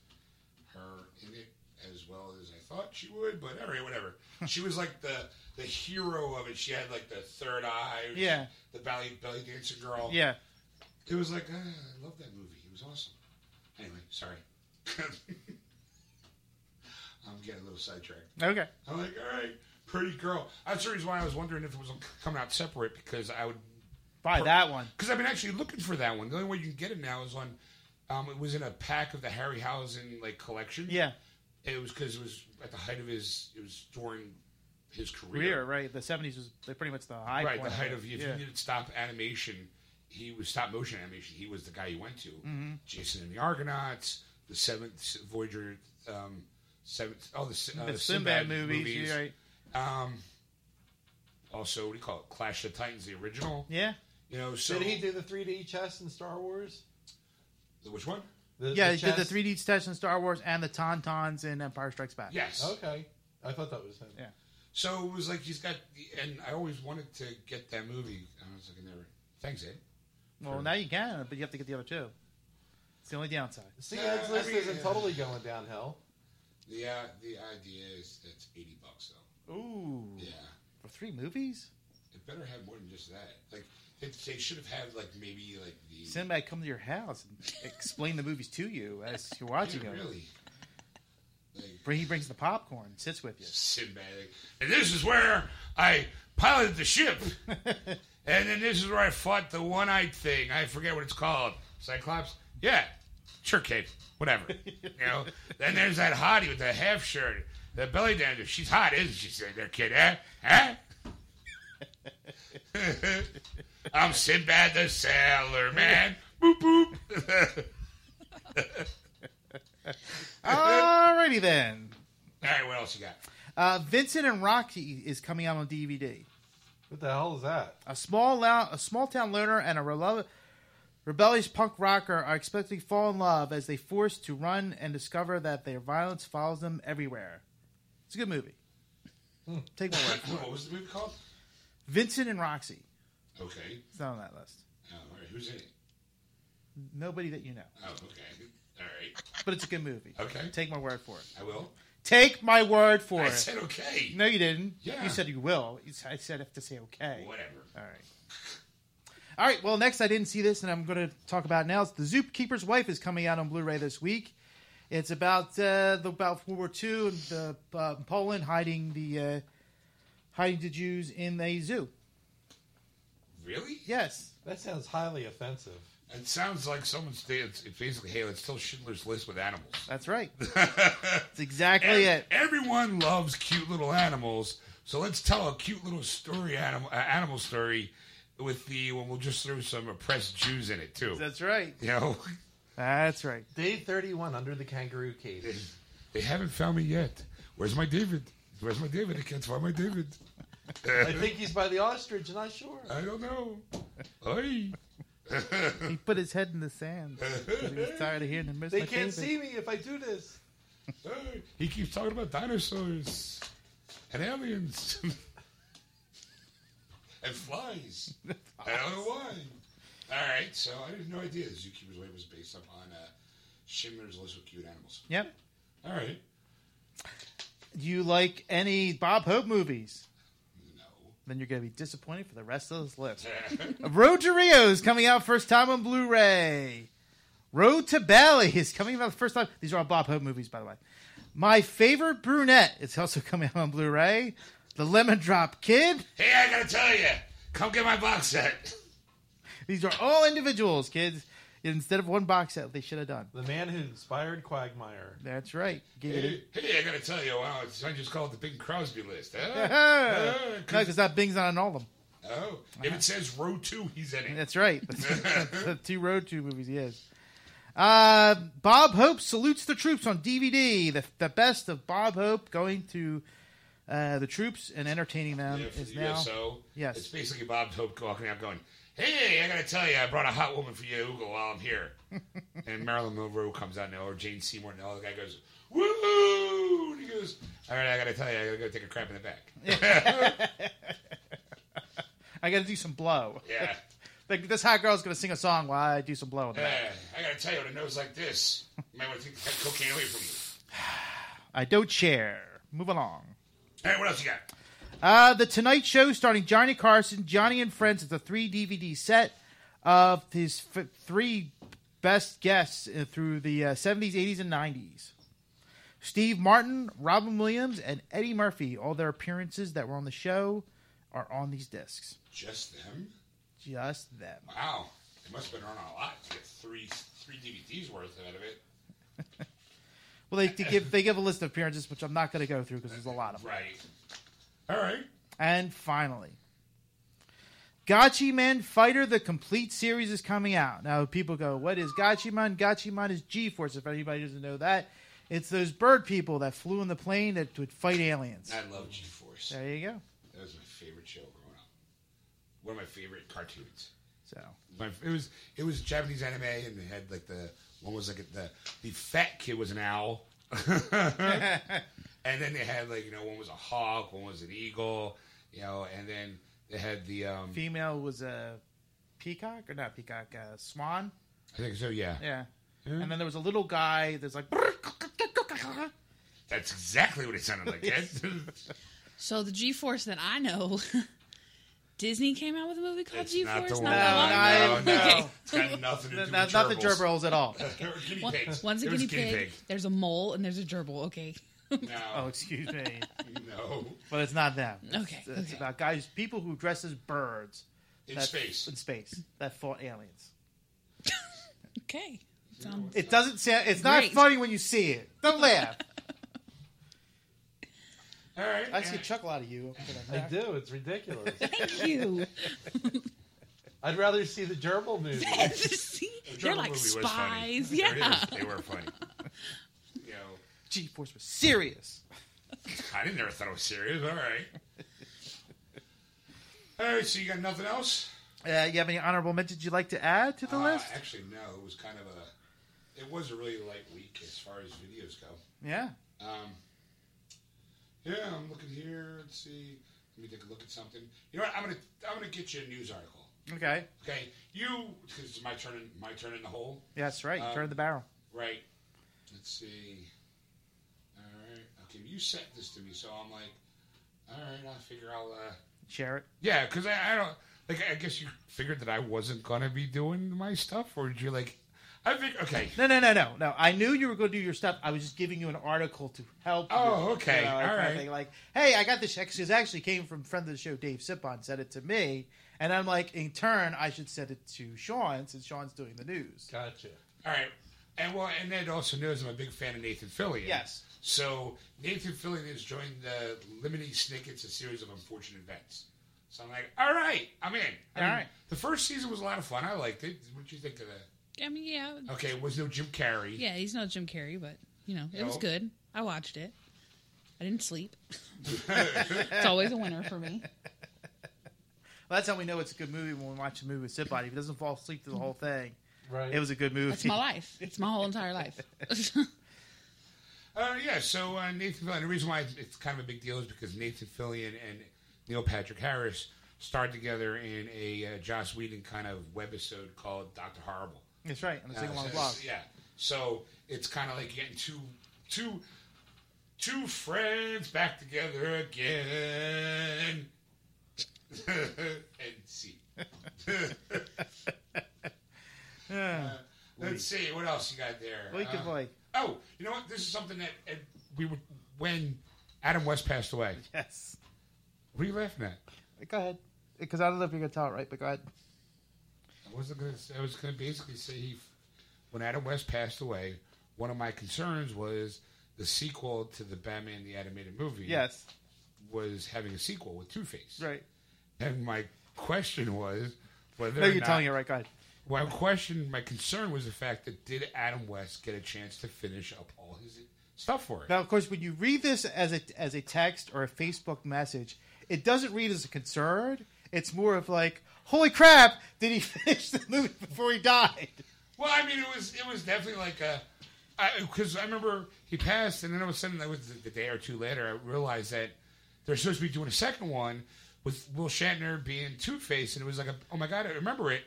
[SPEAKER 1] her in it as well as I thought she would. But all right, whatever. she was like the the hero of it. She had like the third eye. she-
[SPEAKER 2] Yeah.
[SPEAKER 1] The ballet belly dancer girl.
[SPEAKER 2] yeah.
[SPEAKER 1] It was like ah, I love that movie. It was awesome. Anyway, sorry. I'm getting a little sidetracked.
[SPEAKER 2] Okay.
[SPEAKER 1] I'm like, all right, pretty girl. That's the reason why I was wondering if it was coming out separate because I would
[SPEAKER 2] Buy that one.
[SPEAKER 1] because I've been actually looking for that one. The only way you can get it now is on. Um, it was in a pack of the Harryhausen like collection.
[SPEAKER 2] Yeah.
[SPEAKER 1] it was because it was at the height of his. It was during his career.
[SPEAKER 2] Rear, right? The seventies was like, pretty much the high
[SPEAKER 1] Right, the
[SPEAKER 2] point
[SPEAKER 1] height
[SPEAKER 2] it.
[SPEAKER 1] of if
[SPEAKER 2] Yeah.
[SPEAKER 1] you did stop animation, he was stop motion animation. He was the guy you went to.
[SPEAKER 2] Mm-hmm.
[SPEAKER 1] Jason and the Argonauts, the Seventh Voyager, um, Seventh. Oh, the, S- uh,
[SPEAKER 2] the Sinbad movies,
[SPEAKER 1] movies.
[SPEAKER 2] Right.
[SPEAKER 1] Um, also, what do you call it? Clash of the Titans, the original.
[SPEAKER 2] Yeah.
[SPEAKER 1] You know, so
[SPEAKER 3] Did he do the 3D chess in Star Wars?
[SPEAKER 1] which one?
[SPEAKER 3] The,
[SPEAKER 2] Yeah, he did the
[SPEAKER 3] chess?
[SPEAKER 2] 3D test in Star Wars and the Tauntauns in Empire Strikes Back.
[SPEAKER 1] Yes.
[SPEAKER 3] Okay. I thought that was him.
[SPEAKER 2] Yeah.
[SPEAKER 1] So it was like he's got, and I always wanted to get that movie. And I was like, I never. Thanks, Ed.
[SPEAKER 2] Well, now you can, but you have to get the other two. It's the only downside.
[SPEAKER 3] See,
[SPEAKER 1] Nah,
[SPEAKER 3] Ed's
[SPEAKER 1] I
[SPEAKER 3] list
[SPEAKER 1] mean,
[SPEAKER 3] isn't
[SPEAKER 1] yeah.
[SPEAKER 3] totally going downhill.
[SPEAKER 1] The uh, the idea is that's eighty bucks though.
[SPEAKER 2] Ooh,
[SPEAKER 1] Yeah,
[SPEAKER 2] for three movies,
[SPEAKER 1] it better have more than just that. Like it, they should have had like maybe like the
[SPEAKER 2] Sinbad come to your house and explain the movies to you as you're
[SPEAKER 1] Yeah,
[SPEAKER 2] watching them.
[SPEAKER 1] really. Like
[SPEAKER 2] Bring- He brings the popcorn, and sits with you.
[SPEAKER 1] Sinbad, like, and this is where I piloted the ship, and then this is where I fought the one-eyed thing. I forget what it's called. Cyclops. Yeah, sure, Kate. Whatever. you know. Then there's that hottie with the half shirt, the belly dancer. She's hot, isn't she? Said there, kid. Eh? Huh? I'm Sinbad the Sailor Man. boop boop.
[SPEAKER 2] Alrighty then.
[SPEAKER 1] All right, what else you got?
[SPEAKER 2] Uh, Vincent and Rocky is coming out on DVD.
[SPEAKER 3] What the hell is that?
[SPEAKER 2] A small lo- a small town loner and a relo- rebellious punk rocker are expected to fall in love as they forced to run and discover that their violence follows them everywhere. It's a good movie. Take my word.
[SPEAKER 1] What was the movie called?
[SPEAKER 2] Vincent and Roxy.
[SPEAKER 1] Okay.
[SPEAKER 2] It's not on that list.
[SPEAKER 1] Oh, all right. Who's in it?
[SPEAKER 2] Nobody that you know,
[SPEAKER 1] Oh, okay. All right.
[SPEAKER 2] but it's a good movie.
[SPEAKER 1] Okay.
[SPEAKER 2] Take my word for it.
[SPEAKER 1] I will.
[SPEAKER 2] Take my word for
[SPEAKER 1] I
[SPEAKER 2] it.
[SPEAKER 1] said okay.
[SPEAKER 2] no, you didn't.
[SPEAKER 1] Yeah.
[SPEAKER 2] You said you will. You said- I said I have to say okay.
[SPEAKER 1] Whatever.
[SPEAKER 2] All right. All right. Well, next I didn't see this, and I'm going to talk about it now. It's the Zookeeper's Wife is coming out on Blu-ray this week. It's about uh, the, about World War II and the, uh, Poland hiding the uh, hiding the Jews in a zoo.
[SPEAKER 1] Really?
[SPEAKER 2] Yes.
[SPEAKER 3] That sounds highly offensive.
[SPEAKER 1] It sounds like someone's it's it's basically, hey, let's tell Schindler's List with animals.
[SPEAKER 2] That's right. That's exactly
[SPEAKER 1] Ev-
[SPEAKER 2] it.
[SPEAKER 1] Everyone loves cute little animals, so let's tell a cute little story animal uh, animal story with the well, we'll just throw some oppressed Jews in it too.
[SPEAKER 2] That's right.
[SPEAKER 1] you know,
[SPEAKER 2] That's right.
[SPEAKER 3] Day 31 under the kangaroo cage.
[SPEAKER 1] they haven't found me yet. Where's my David? Where's my David? I can't find my David.
[SPEAKER 3] I think he's by the ostrich, not sure.
[SPEAKER 1] I don't know. Oi.
[SPEAKER 2] He put his head in the sand. 'cause He was tired of hearing the Miss
[SPEAKER 3] They
[SPEAKER 2] McKay
[SPEAKER 3] can't
[SPEAKER 2] thing.
[SPEAKER 3] see me if I do this.
[SPEAKER 1] Hey, He keeps talking about dinosaurs and aliens and flies. I don't know why. All right, so I had no idea the Zookeeper's Way was based up on uh, Schindler's List of Cute Animals.
[SPEAKER 2] Yep.
[SPEAKER 1] All right.
[SPEAKER 2] Do you like any Bob Hope movies?
[SPEAKER 1] No.
[SPEAKER 2] Then you're going to be disappointed for the rest of this list. Road to Rio is coming out first time on Blu-ray. Road to Bali is coming out the first time. These are all Bob Hope movies, by the way. My favorite brunette is also coming out on Blu-ray. The Lemon Drop Kid.
[SPEAKER 1] hey, I gotta tell you, come get my box set.
[SPEAKER 2] These are all individuals, kids. Instead of one box set, they should have done.
[SPEAKER 3] The man who inspired Quagmire.
[SPEAKER 2] That's right. Giggity.
[SPEAKER 1] Hey, hey, I gotta tell you, wow, it's, I just called the Bing Crosby list. Huh?
[SPEAKER 2] no,
[SPEAKER 1] Uh, 'cause-
[SPEAKER 2] because that Bing's not on all of them.
[SPEAKER 1] oh, if it says row two, he's in it.
[SPEAKER 2] That's right. the two Road Two movies, he is. Uh, Bob Hope salutes the troops on DVD. The, the best of Bob Hope going to uh, the troops and entertaining them
[SPEAKER 1] If
[SPEAKER 2] is
[SPEAKER 1] the
[SPEAKER 2] now.
[SPEAKER 1] USO.
[SPEAKER 2] Yes.
[SPEAKER 1] It's basically Bob Hope walking out going, Hey, I gotta tell you, I brought a hot woman for you to Google while I'm here. and Marilyn Monroe comes out now, or Jane Seymour now. The guy goes, Woo! And he goes, All right, I gotta tell you, I gotta go take a crap in the back.
[SPEAKER 2] I got to do some blow.
[SPEAKER 1] Yeah.
[SPEAKER 2] Like this hot girl's gonna sing a song while I do some blow. In the back.
[SPEAKER 1] Eh, I gotta tell you, with a nose like this, you might want to take that cocaine away from you.
[SPEAKER 2] I don't share. Move along.
[SPEAKER 1] All right, what else you got?
[SPEAKER 2] Uh, the Tonight Show, starring Johnny Carson, Johnny and Friends. It's a three DVD set of his f- three best guests uh, through the uh, 70s, 80s, and 90s. Steve Martin, Robin Williams, and Eddie Murphy. All their appearances that were on the show are on these discs.
[SPEAKER 1] Just them?
[SPEAKER 2] Just them.
[SPEAKER 1] Wow. It must have been on a lot to get three three DVDs worth out of it.
[SPEAKER 2] Well, they, they give they give a list of appearances, which I'm not going to go through because there's a lot of them.
[SPEAKER 1] Right. All right.
[SPEAKER 2] And finally, Gachi Man Fighter: The Complete Series is coming out now. People go, "What is Gachi Man?" Gachi Man is G-force. If anybody doesn't know that, it's those bird people that flew in the plane that would fight aliens.
[SPEAKER 1] I love G Force.
[SPEAKER 2] There you go.
[SPEAKER 1] That was my favorite show growing up. One of my favorite cartoons.
[SPEAKER 2] So
[SPEAKER 1] My, it was it was Japanese anime, and they had like the one was like the the fat kid was an owl, and then they had like you know one was a hawk, one was an eagle, you know, and then they had the um,
[SPEAKER 2] female was a peacock or not peacock, uh, swan.
[SPEAKER 1] I think so yeah.
[SPEAKER 2] Yeah. And then there was a little guy that's like, that's
[SPEAKER 1] That's exactly what it sounded like. yes.
[SPEAKER 6] So the G Force that I know, Disney came out with a movie called
[SPEAKER 1] It's
[SPEAKER 6] G
[SPEAKER 1] not
[SPEAKER 6] Force.
[SPEAKER 1] the
[SPEAKER 6] Not,
[SPEAKER 1] one.
[SPEAKER 6] that
[SPEAKER 2] No,
[SPEAKER 6] long
[SPEAKER 2] no,
[SPEAKER 6] ago.
[SPEAKER 2] no.
[SPEAKER 6] Okay.
[SPEAKER 1] It's got nothing to do with
[SPEAKER 2] not the
[SPEAKER 1] gerbils.
[SPEAKER 2] gerb rolls at all.
[SPEAKER 1] There were guinea
[SPEAKER 6] One-
[SPEAKER 1] pigs.
[SPEAKER 6] One's a
[SPEAKER 1] There was
[SPEAKER 6] guinea pig, There's a mole and there's a gerbil. Okay.
[SPEAKER 1] pig.
[SPEAKER 2] Oh,
[SPEAKER 1] No,
[SPEAKER 2] excuse me.
[SPEAKER 1] no,
[SPEAKER 2] But it's not them. It's,
[SPEAKER 6] Okay,
[SPEAKER 2] It's
[SPEAKER 6] okay.
[SPEAKER 2] about guys, people who dress as birds
[SPEAKER 1] in
[SPEAKER 2] that-
[SPEAKER 1] space.
[SPEAKER 2] In space that fought aliens.
[SPEAKER 6] Okay. Um,
[SPEAKER 2] It doesn't sound. It's not
[SPEAKER 6] Great.
[SPEAKER 2] funny when you see it. Don't laugh.
[SPEAKER 1] All right,
[SPEAKER 2] I see a chuckle out of you.
[SPEAKER 3] I do. It's ridiculous.
[SPEAKER 6] thank you.
[SPEAKER 3] I'd rather see the gerbil movie.
[SPEAKER 6] See?
[SPEAKER 1] The
[SPEAKER 6] They're
[SPEAKER 1] German
[SPEAKER 6] like
[SPEAKER 1] movie was funny.
[SPEAKER 6] spies.
[SPEAKER 1] There it
[SPEAKER 6] Yeah.
[SPEAKER 1] is. They were funny. you know,
[SPEAKER 2] G force was serious.
[SPEAKER 1] I didn't ever thought it was serious. All right. All right. So you got nothing else?
[SPEAKER 2] Uh, you have any honorable mentions you'd like to add to the
[SPEAKER 1] Uh,
[SPEAKER 2] list?
[SPEAKER 1] actually, no. It was kind of a. It was a really light week as far as videos go.
[SPEAKER 2] Yeah.
[SPEAKER 1] Um, yeah, I'm looking here. Let's see. Let me take a look at something. You know what? I'm gonna I'm gonna get you a news article.
[SPEAKER 2] Okay.
[SPEAKER 1] Okay, you because it's my turn. In, my turn in the hole.
[SPEAKER 2] Yeah, that's right.
[SPEAKER 1] Um,
[SPEAKER 2] Turn the barrel.
[SPEAKER 1] Right. Let's see. All right. Okay, you sent this to me, so I'm like, all right. I figure I'll. Uh,
[SPEAKER 2] Share it.
[SPEAKER 1] yeah, because I, I don't like. I guess you figured that I wasn't gonna be doing my stuff, or did you like? I think okay.
[SPEAKER 2] No, no, no, no, no. I knew you were going to do your stuff. I was just giving you an article to help.
[SPEAKER 1] Oh,
[SPEAKER 2] you,
[SPEAKER 1] okay.
[SPEAKER 2] You know,
[SPEAKER 1] All
[SPEAKER 2] kind of
[SPEAKER 1] right.
[SPEAKER 2] thing. Like, hey, I got this because actually came from friend of the show Dave Sipon said it to me, and I'm like, in turn, I should send it to Sean since Sean's doing the news.
[SPEAKER 3] Gotcha.
[SPEAKER 1] All right. And well, and Ned also knows I'm a big fan of Nathan Fillion.
[SPEAKER 2] Yes.
[SPEAKER 1] So Nathan Fillion has joined the Lemony Snicket's A Series of Unfortunate Events. So I'm like, all right, I'm in. I
[SPEAKER 2] All right.
[SPEAKER 1] The first season was a lot of fun. I liked it. What did you think of that?
[SPEAKER 6] I mean, yeah,
[SPEAKER 1] Okay, it was no Jim Carrey.
[SPEAKER 6] yeah. He's not Jim Carrey, but you know, it was
[SPEAKER 1] No.
[SPEAKER 6] good. I watched it. I didn't sleep. it's always a winner for me.
[SPEAKER 2] Well, that's how we know it's a good movie when we watch the movie with Sipon. If he doesn't fall asleep through the whole thing,
[SPEAKER 3] Right.
[SPEAKER 2] it was a good movie.
[SPEAKER 6] That's my life. It's my whole entire life.
[SPEAKER 1] Uh, yeah, so uh, Nathan Fillion, the reason why it's- it's kind of a big deal is because Nathan Fillion and Neil Patrick Harris starred together in a uh, Joss Whedon kind of webisode called Dr. Horrible.
[SPEAKER 2] That's right. And the sing
[SPEAKER 1] Uh,
[SPEAKER 2] along
[SPEAKER 1] so-
[SPEAKER 2] blog.
[SPEAKER 1] Yeah. So it's kind of like getting two two two friends back together again. and see. Uh, let's see what else you got there.
[SPEAKER 2] Oy, good
[SPEAKER 1] Uh,
[SPEAKER 2] boy.
[SPEAKER 1] oh, you know what? This is something that uh, we were when Adam West passed away.
[SPEAKER 2] Yes.
[SPEAKER 1] What are you laughing at?
[SPEAKER 2] Go ahead. Because I don't know if you're going to tell it right, but go ahead.
[SPEAKER 1] I wasn't gonna. I was gonna basically say he, when Adam West passed away, one of my concerns was the sequel to the Batman the animated movie.
[SPEAKER 2] Yes.
[SPEAKER 1] was having a sequel with Two Face.
[SPEAKER 2] Right.
[SPEAKER 1] And my question was whether.
[SPEAKER 2] No,
[SPEAKER 1] or
[SPEAKER 2] you're
[SPEAKER 1] not-
[SPEAKER 2] telling it right. Go ahead.
[SPEAKER 1] My question, my concern was the fact that did Adam West get a chance to finish up all his stuff for it?
[SPEAKER 2] Now, of course, when you read this as a as a text or a Facebook message, it doesn't read as a concern. It's more of like, "Holy crap! Did he finish the movie before he died?"
[SPEAKER 1] Well, I mean, it was it was definitely like a. Because I, remember he passed, and then all of a sudden, that was the, the day or two later, I realized that they're supposed to be doing a second one with Will Shatner being Two Face, and it was like, a, oh my god, I remember it.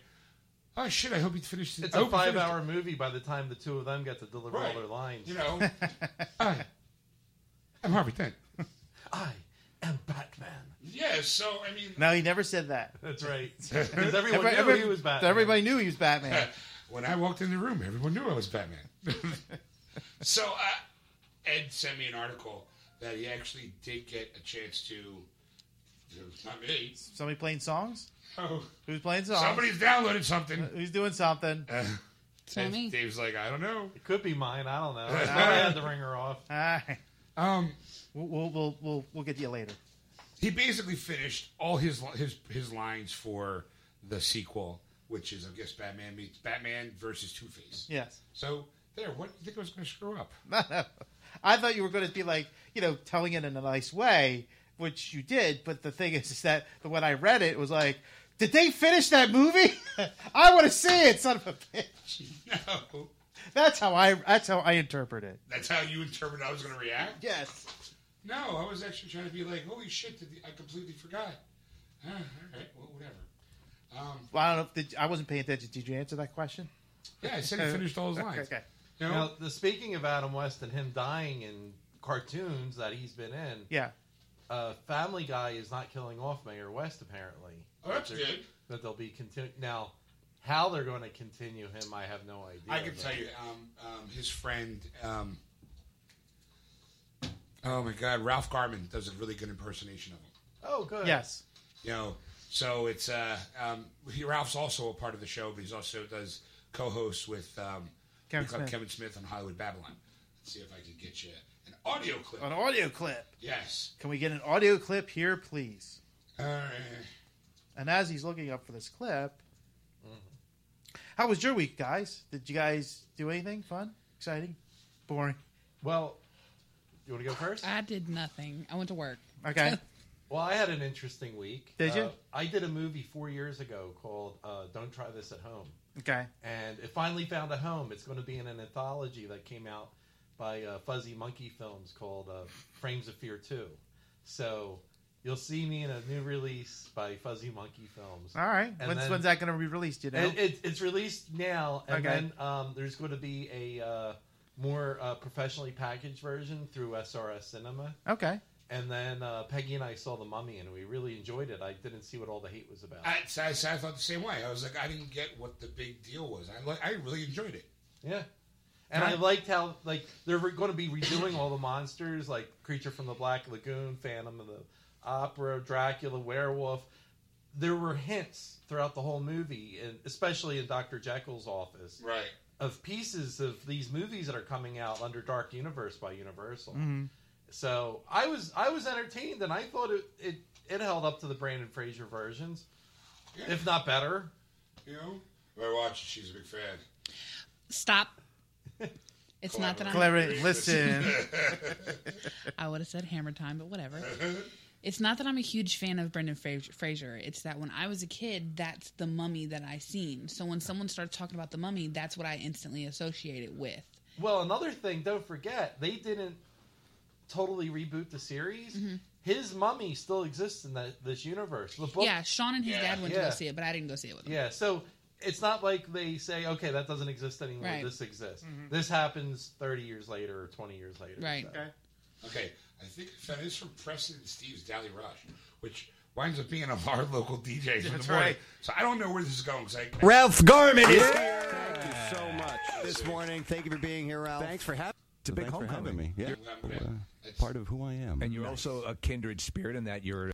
[SPEAKER 1] Oh shit, I hope he finished. it.
[SPEAKER 3] Oh, It's
[SPEAKER 1] I
[SPEAKER 3] a
[SPEAKER 1] hope he finished it.
[SPEAKER 3] five-hour movie by the time the two of them get to deliver
[SPEAKER 1] Right.
[SPEAKER 3] all their lines.
[SPEAKER 1] You know, I, I'm Harvey Dent.
[SPEAKER 3] I am Batman.
[SPEAKER 1] Yeah, so I mean,
[SPEAKER 2] No, he never said that.
[SPEAKER 3] That's right. Because everyone knew he was Batman.
[SPEAKER 2] everybody knew he was Batman.
[SPEAKER 1] when I walked in the room, everyone knew I was Batman. so uh, Ed sent me an article that he actually did get a chance to. It was not me.
[SPEAKER 2] Somebody playing songs?
[SPEAKER 1] Oh,
[SPEAKER 2] Who's playing songs?
[SPEAKER 1] somebody's downloaded something.
[SPEAKER 2] Who's doing something?
[SPEAKER 6] It's not
[SPEAKER 1] And
[SPEAKER 6] me.
[SPEAKER 1] Dave's like, I don't know.
[SPEAKER 3] It could be mine. I don't know. I had the ringer off.
[SPEAKER 2] All right.
[SPEAKER 1] Um,
[SPEAKER 2] Ah, We'll, we'll we'll we'll we'll get to you later.
[SPEAKER 1] he basically finished all his his his lines for the sequel, which is I guess Batman meets Batman versus Two Face.
[SPEAKER 2] Yes.
[SPEAKER 1] So there, what do you think I was going to screw up?
[SPEAKER 2] I thought you were going to be like, you know, telling it in a nice way, which you did. But the thing is, is that the when I read it, it was like, did they finish that movie? I want to see it, son of a bitch.
[SPEAKER 1] No,
[SPEAKER 2] That's how I. That's how I interpret it.
[SPEAKER 1] that's how you interpret I was going to react.
[SPEAKER 2] Yes.
[SPEAKER 1] No, I was actually trying to be like, holy shit, did the, I completely forgot. Ah, all right, well, whatever. Um,
[SPEAKER 2] Well, I don't know. If did, I wasn't paying attention. Did you answer that question?
[SPEAKER 1] yeah, I said he finished all his lines.
[SPEAKER 2] Uh, Okay.
[SPEAKER 1] You know,
[SPEAKER 3] Now, the, speaking of Adam West and him dying in cartoons that he's been in,
[SPEAKER 2] Yeah.
[SPEAKER 3] uh, Family Guy is not killing off Mayor West apparently.
[SPEAKER 1] Oh, that's
[SPEAKER 3] That they're-
[SPEAKER 1] good.
[SPEAKER 3] That they'll be continu- now. How they're going to continue him, I have no idea.
[SPEAKER 1] I can
[SPEAKER 3] but-
[SPEAKER 1] tell you, um, um, his friend, um, oh my God, Ralph Garman does a really good impersonation of him.
[SPEAKER 3] Oh, good.
[SPEAKER 2] Yes.
[SPEAKER 1] You know, so it's uh, um, he, Ralph's also a part of the show, but he's also does co-host with um,
[SPEAKER 2] Kevin
[SPEAKER 1] we call
[SPEAKER 2] Smith.
[SPEAKER 1] Kevin Smith on Hollywood Babylon. Let's see if I can get you an audio clip.
[SPEAKER 2] An audio clip.
[SPEAKER 1] Yes.
[SPEAKER 2] Can we get an audio clip here, please?
[SPEAKER 1] All right.
[SPEAKER 2] And as he's looking up for this clip,
[SPEAKER 3] Mm-hmm.
[SPEAKER 2] how was your week, guys? Did you guys do anything fun, exciting, boring?
[SPEAKER 3] Well, You want to go first?
[SPEAKER 2] Uh,
[SPEAKER 6] I did nothing. I went to work.
[SPEAKER 2] Okay.
[SPEAKER 3] Well, I had an interesting week.
[SPEAKER 2] Did you?
[SPEAKER 3] Uh, I did a movie four years ago called uh, "Don't Try This at Home,"
[SPEAKER 2] Okay.
[SPEAKER 3] and it finally found a home. It's going to be in an anthology that came out by uh, Fuzzy Monkey Films called uh, "Frames of Fear 2. So you'll see me in a new release by Fuzzy Monkey Films.
[SPEAKER 2] All right.
[SPEAKER 3] And
[SPEAKER 2] when's
[SPEAKER 3] then-
[SPEAKER 2] when's that going to be released? You know.
[SPEAKER 3] It, it, it's released now, and
[SPEAKER 2] Okay.
[SPEAKER 3] then um, there's going to be a uh, more uh, professionally packaged version through SRS Cinema.
[SPEAKER 2] okay.
[SPEAKER 3] And then uh, Peggy and I saw The Mummy, and we really enjoyed it. I didn't see what all the hate was about.
[SPEAKER 1] I, so I, so I felt the same way. I was like, I didn't get what the big deal was. I like, I really enjoyed it.
[SPEAKER 3] yeah. And I liked how like they're going to be redoing all the monsters, like Creature from the Black Lagoon, Phantom of the Opera, Dracula, Werewolf. There were hints throughout the whole movie, and especially in Doctor Jekyll's office,
[SPEAKER 1] Right.
[SPEAKER 3] of pieces of these movies that are coming out under Dark Universe by Universal.
[SPEAKER 6] Mm-hmm.
[SPEAKER 3] So I was I was entertained, and I thought it it, it held up to the Brandon Fraser versions,
[SPEAKER 1] Yeah.
[SPEAKER 3] if not better.
[SPEAKER 1] You know, I watched. She's a big fan.
[SPEAKER 6] Stop. It's not that I'm,
[SPEAKER 2] Clara, listen.
[SPEAKER 6] I would have said hammer time, but whatever. It's not that I'm a huge fan of Brendan Fra- Fraser. It's that when I was a kid, that's the mummy that I seen. So when someone starts talking about the mummy, that's what I instantly associate it with.
[SPEAKER 3] Well, another thing, don't forget they didn't totally reboot the series.
[SPEAKER 6] Mm-hmm.
[SPEAKER 3] His mummy still exists in that this universe. The book,
[SPEAKER 6] yeah, Sean and his
[SPEAKER 1] Yeah.
[SPEAKER 6] dad went to
[SPEAKER 3] Yeah.
[SPEAKER 6] go see it, but I didn't go see it with them.
[SPEAKER 3] yeah. So it's not like they say, okay, that doesn't exist anymore.
[SPEAKER 6] Right. Mm-hmm.
[SPEAKER 3] This exists. This happens thirty years later or twenty years later.
[SPEAKER 6] Right.
[SPEAKER 3] So-
[SPEAKER 2] Okay.
[SPEAKER 1] Okay, I think I found this from Preston and Steve's Daily Rush, which winds up being a our local DJ for
[SPEAKER 2] That's
[SPEAKER 1] the morning.
[SPEAKER 2] right.
[SPEAKER 1] So I don't know where this is going. 'cause I,
[SPEAKER 9] Ralph Garman is Thank you so much
[SPEAKER 1] This
[SPEAKER 9] morning. Thank you for being here, Ralph. Thanks for having. Uh, It's a big homecoming.
[SPEAKER 10] me. Yeah.
[SPEAKER 1] I'm, I'm,
[SPEAKER 10] Part of who I am.
[SPEAKER 11] And you're also a kindred spirit in that you're
[SPEAKER 10] out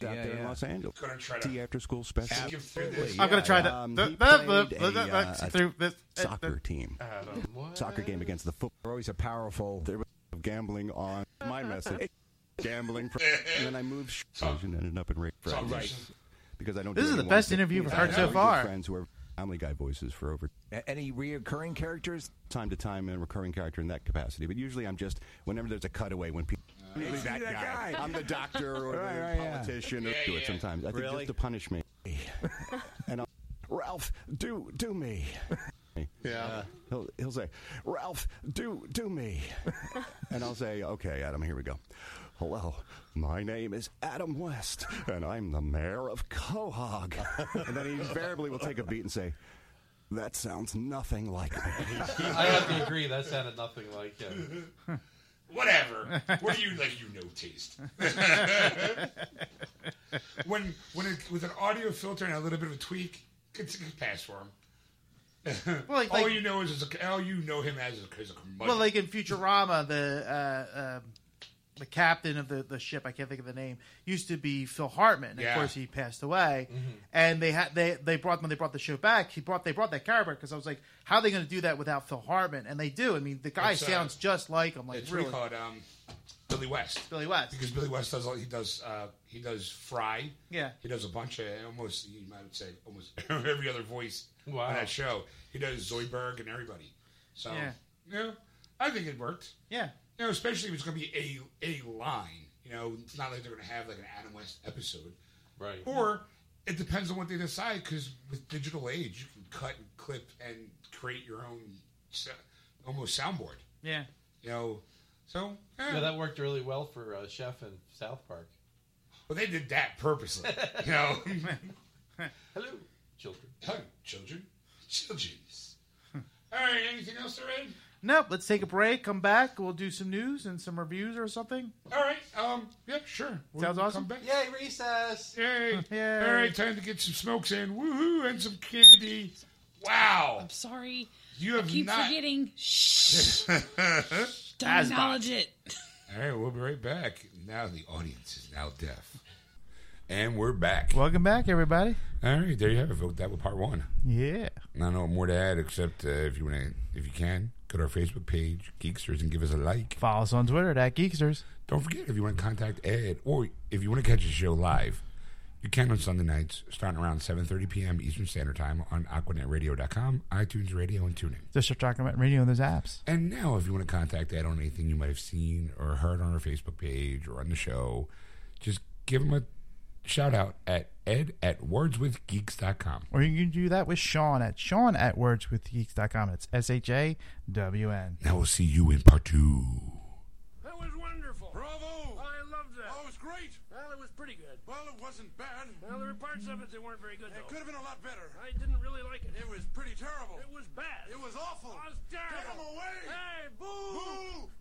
[SPEAKER 11] Yeah,
[SPEAKER 10] there in
[SPEAKER 11] yeah.
[SPEAKER 10] Los Angeles.
[SPEAKER 1] Um, gonna try
[SPEAKER 10] The
[SPEAKER 1] to
[SPEAKER 10] after school special.
[SPEAKER 1] skip through this.
[SPEAKER 2] I'm gonna try to.
[SPEAKER 10] Um,
[SPEAKER 2] the- the-
[SPEAKER 10] he
[SPEAKER 2] the-
[SPEAKER 10] played
[SPEAKER 2] the- the-
[SPEAKER 10] a, uh,
[SPEAKER 2] the-
[SPEAKER 10] a
[SPEAKER 2] through this- uh,
[SPEAKER 10] soccer team. Soccer game against the football.
[SPEAKER 11] you're always a powerful.
[SPEAKER 10] There was gambling on my message. gambling. For, and then I moved sh- and ended up in Rick
[SPEAKER 1] So,
[SPEAKER 10] Friday. Because I don't
[SPEAKER 2] This
[SPEAKER 10] do
[SPEAKER 2] is the
[SPEAKER 10] anyone
[SPEAKER 2] best
[SPEAKER 10] that-
[SPEAKER 2] interview we've
[SPEAKER 10] I
[SPEAKER 2] heard
[SPEAKER 10] have
[SPEAKER 2] so
[SPEAKER 10] really good
[SPEAKER 2] far.
[SPEAKER 10] Friends who are Family Guy voices for over
[SPEAKER 11] A- Any reoccurring characters?
[SPEAKER 10] time to time and a recurring character in that capacity. But usually I'm just whenever there's a cutaway when people.
[SPEAKER 11] It's
[SPEAKER 10] that
[SPEAKER 11] that
[SPEAKER 10] guy.
[SPEAKER 11] guy.
[SPEAKER 10] I'm the doctor or
[SPEAKER 11] Right,
[SPEAKER 10] the
[SPEAKER 11] right, yeah.
[SPEAKER 10] politician. Or
[SPEAKER 1] Yeah,
[SPEAKER 10] do
[SPEAKER 1] yeah.
[SPEAKER 10] it sometimes. I think
[SPEAKER 11] Really?
[SPEAKER 10] just to punish me. and I'll, Ralph, do do me.
[SPEAKER 1] Yeah.
[SPEAKER 10] He'll, he'll say, Ralph, do do me. and I'll say, Okay, Adam, here we go. Hello, my name is Adam West, and I'm the mayor of Quahog. and then he invariably will take a beat and say, That sounds nothing like me.
[SPEAKER 3] I have to agree. That sounded nothing like him.
[SPEAKER 1] Whatever. What do you like? You know taste. when when it, with an audio filter and a little bit of a tweak, it's a good pass for him.
[SPEAKER 2] Well, like,
[SPEAKER 3] Oh,
[SPEAKER 1] all
[SPEAKER 2] like-
[SPEAKER 1] you know is it's a, all you know him as is a, is a curmudgeon.
[SPEAKER 2] well, like in Futurama, the uh, uh, the captain of the, the ship, I can't think of the name, used to be Phil Hartman.
[SPEAKER 1] Yeah. Mm-hmm.
[SPEAKER 2] Of course, he passed away, and they had they they brought when they brought the show back. He brought they brought that character because I was like, how are they going to do that without Phil Hartman? And they do. I mean, the guy
[SPEAKER 1] It's, uh,
[SPEAKER 2] sounds just like him, like
[SPEAKER 1] it's
[SPEAKER 2] really
[SPEAKER 1] really called um, Billy West.
[SPEAKER 2] Billy West.
[SPEAKER 1] because Billy West does all he does. Uh, he does Fry.
[SPEAKER 2] Yeah.
[SPEAKER 1] He does a bunch of almost you might say almost every other voice
[SPEAKER 3] Wow.
[SPEAKER 1] on that show. He does Zoidberg and everybody. So
[SPEAKER 2] Yeah.
[SPEAKER 1] you know, I think it worked.
[SPEAKER 2] yeah,
[SPEAKER 1] You know, especially if it's going to be a a line. You know, it's not like they're going to have like an Adam West episode.
[SPEAKER 3] Right.
[SPEAKER 1] Or it depends on what they decide because with digital age, you can cut and clip and create your own so- almost soundboard.
[SPEAKER 2] yeah.
[SPEAKER 1] You know, so eh.
[SPEAKER 3] Yeah, that worked really well for uh, Chef in South Park.
[SPEAKER 1] well, they did that purposely. you know.
[SPEAKER 3] Hello, children.
[SPEAKER 1] Hello, children. Children.
[SPEAKER 2] Hmm.
[SPEAKER 1] All right, anything else to read?
[SPEAKER 2] Nope. Let's take a break. Come back. We'll do some news and some reviews or something.
[SPEAKER 1] All right, um, yeah, sure. We'll
[SPEAKER 2] Sounds
[SPEAKER 1] come
[SPEAKER 2] awesome.
[SPEAKER 1] back.
[SPEAKER 3] Yay, recess.
[SPEAKER 1] Yay.
[SPEAKER 2] Yay.
[SPEAKER 1] All right, time to get some smokes in. Woohoo, and some candy. Wow.
[SPEAKER 6] I'm sorry.
[SPEAKER 1] You have
[SPEAKER 6] I keep
[SPEAKER 1] not.
[SPEAKER 6] forgetting. Shh. Don't
[SPEAKER 2] Asbot.
[SPEAKER 6] acknowledge it.
[SPEAKER 1] All right, we'll be right back. Now the audience is now deaf. And we're back.
[SPEAKER 2] Welcome back, everybody.
[SPEAKER 1] All right, there you have it. folks. That was part one.
[SPEAKER 2] Yeah.
[SPEAKER 1] I don't know more to add except uh, if you want to, if you can, go to our Facebook page, Geeksters, and give us a like.
[SPEAKER 2] Follow us on Twitter at Geeksters.
[SPEAKER 1] Don't forget if you want to contact Ed or if you want to catch the show live, you You can on Sunday nights, starting around 7.30 p.m. Eastern Standard Time on AquanetRadio.com, iTunes Radio, and TuneIn.
[SPEAKER 2] District Document Radio and those apps.
[SPEAKER 1] And now, if you want to contact Ed on anything you might have seen or heard on our Facebook page or on the show, just give him a shout out at ed at wordswithgeeks.com.
[SPEAKER 2] Or you can do that with Sean at Sean at wordswithgeeks.com. It's S H A W N.
[SPEAKER 1] Now we'll see you in part two.
[SPEAKER 5] That was wonderful. Bravo! I loved that. Oh, it was great. Well, it was pretty good. Well, it wasn't bad. Well, there were parts of it that weren't very good. It could have been a lot better. I didn't really like it. It was pretty terrible. It was bad. It was awful. I was terrible. Get him away! Hey, boo! Boo!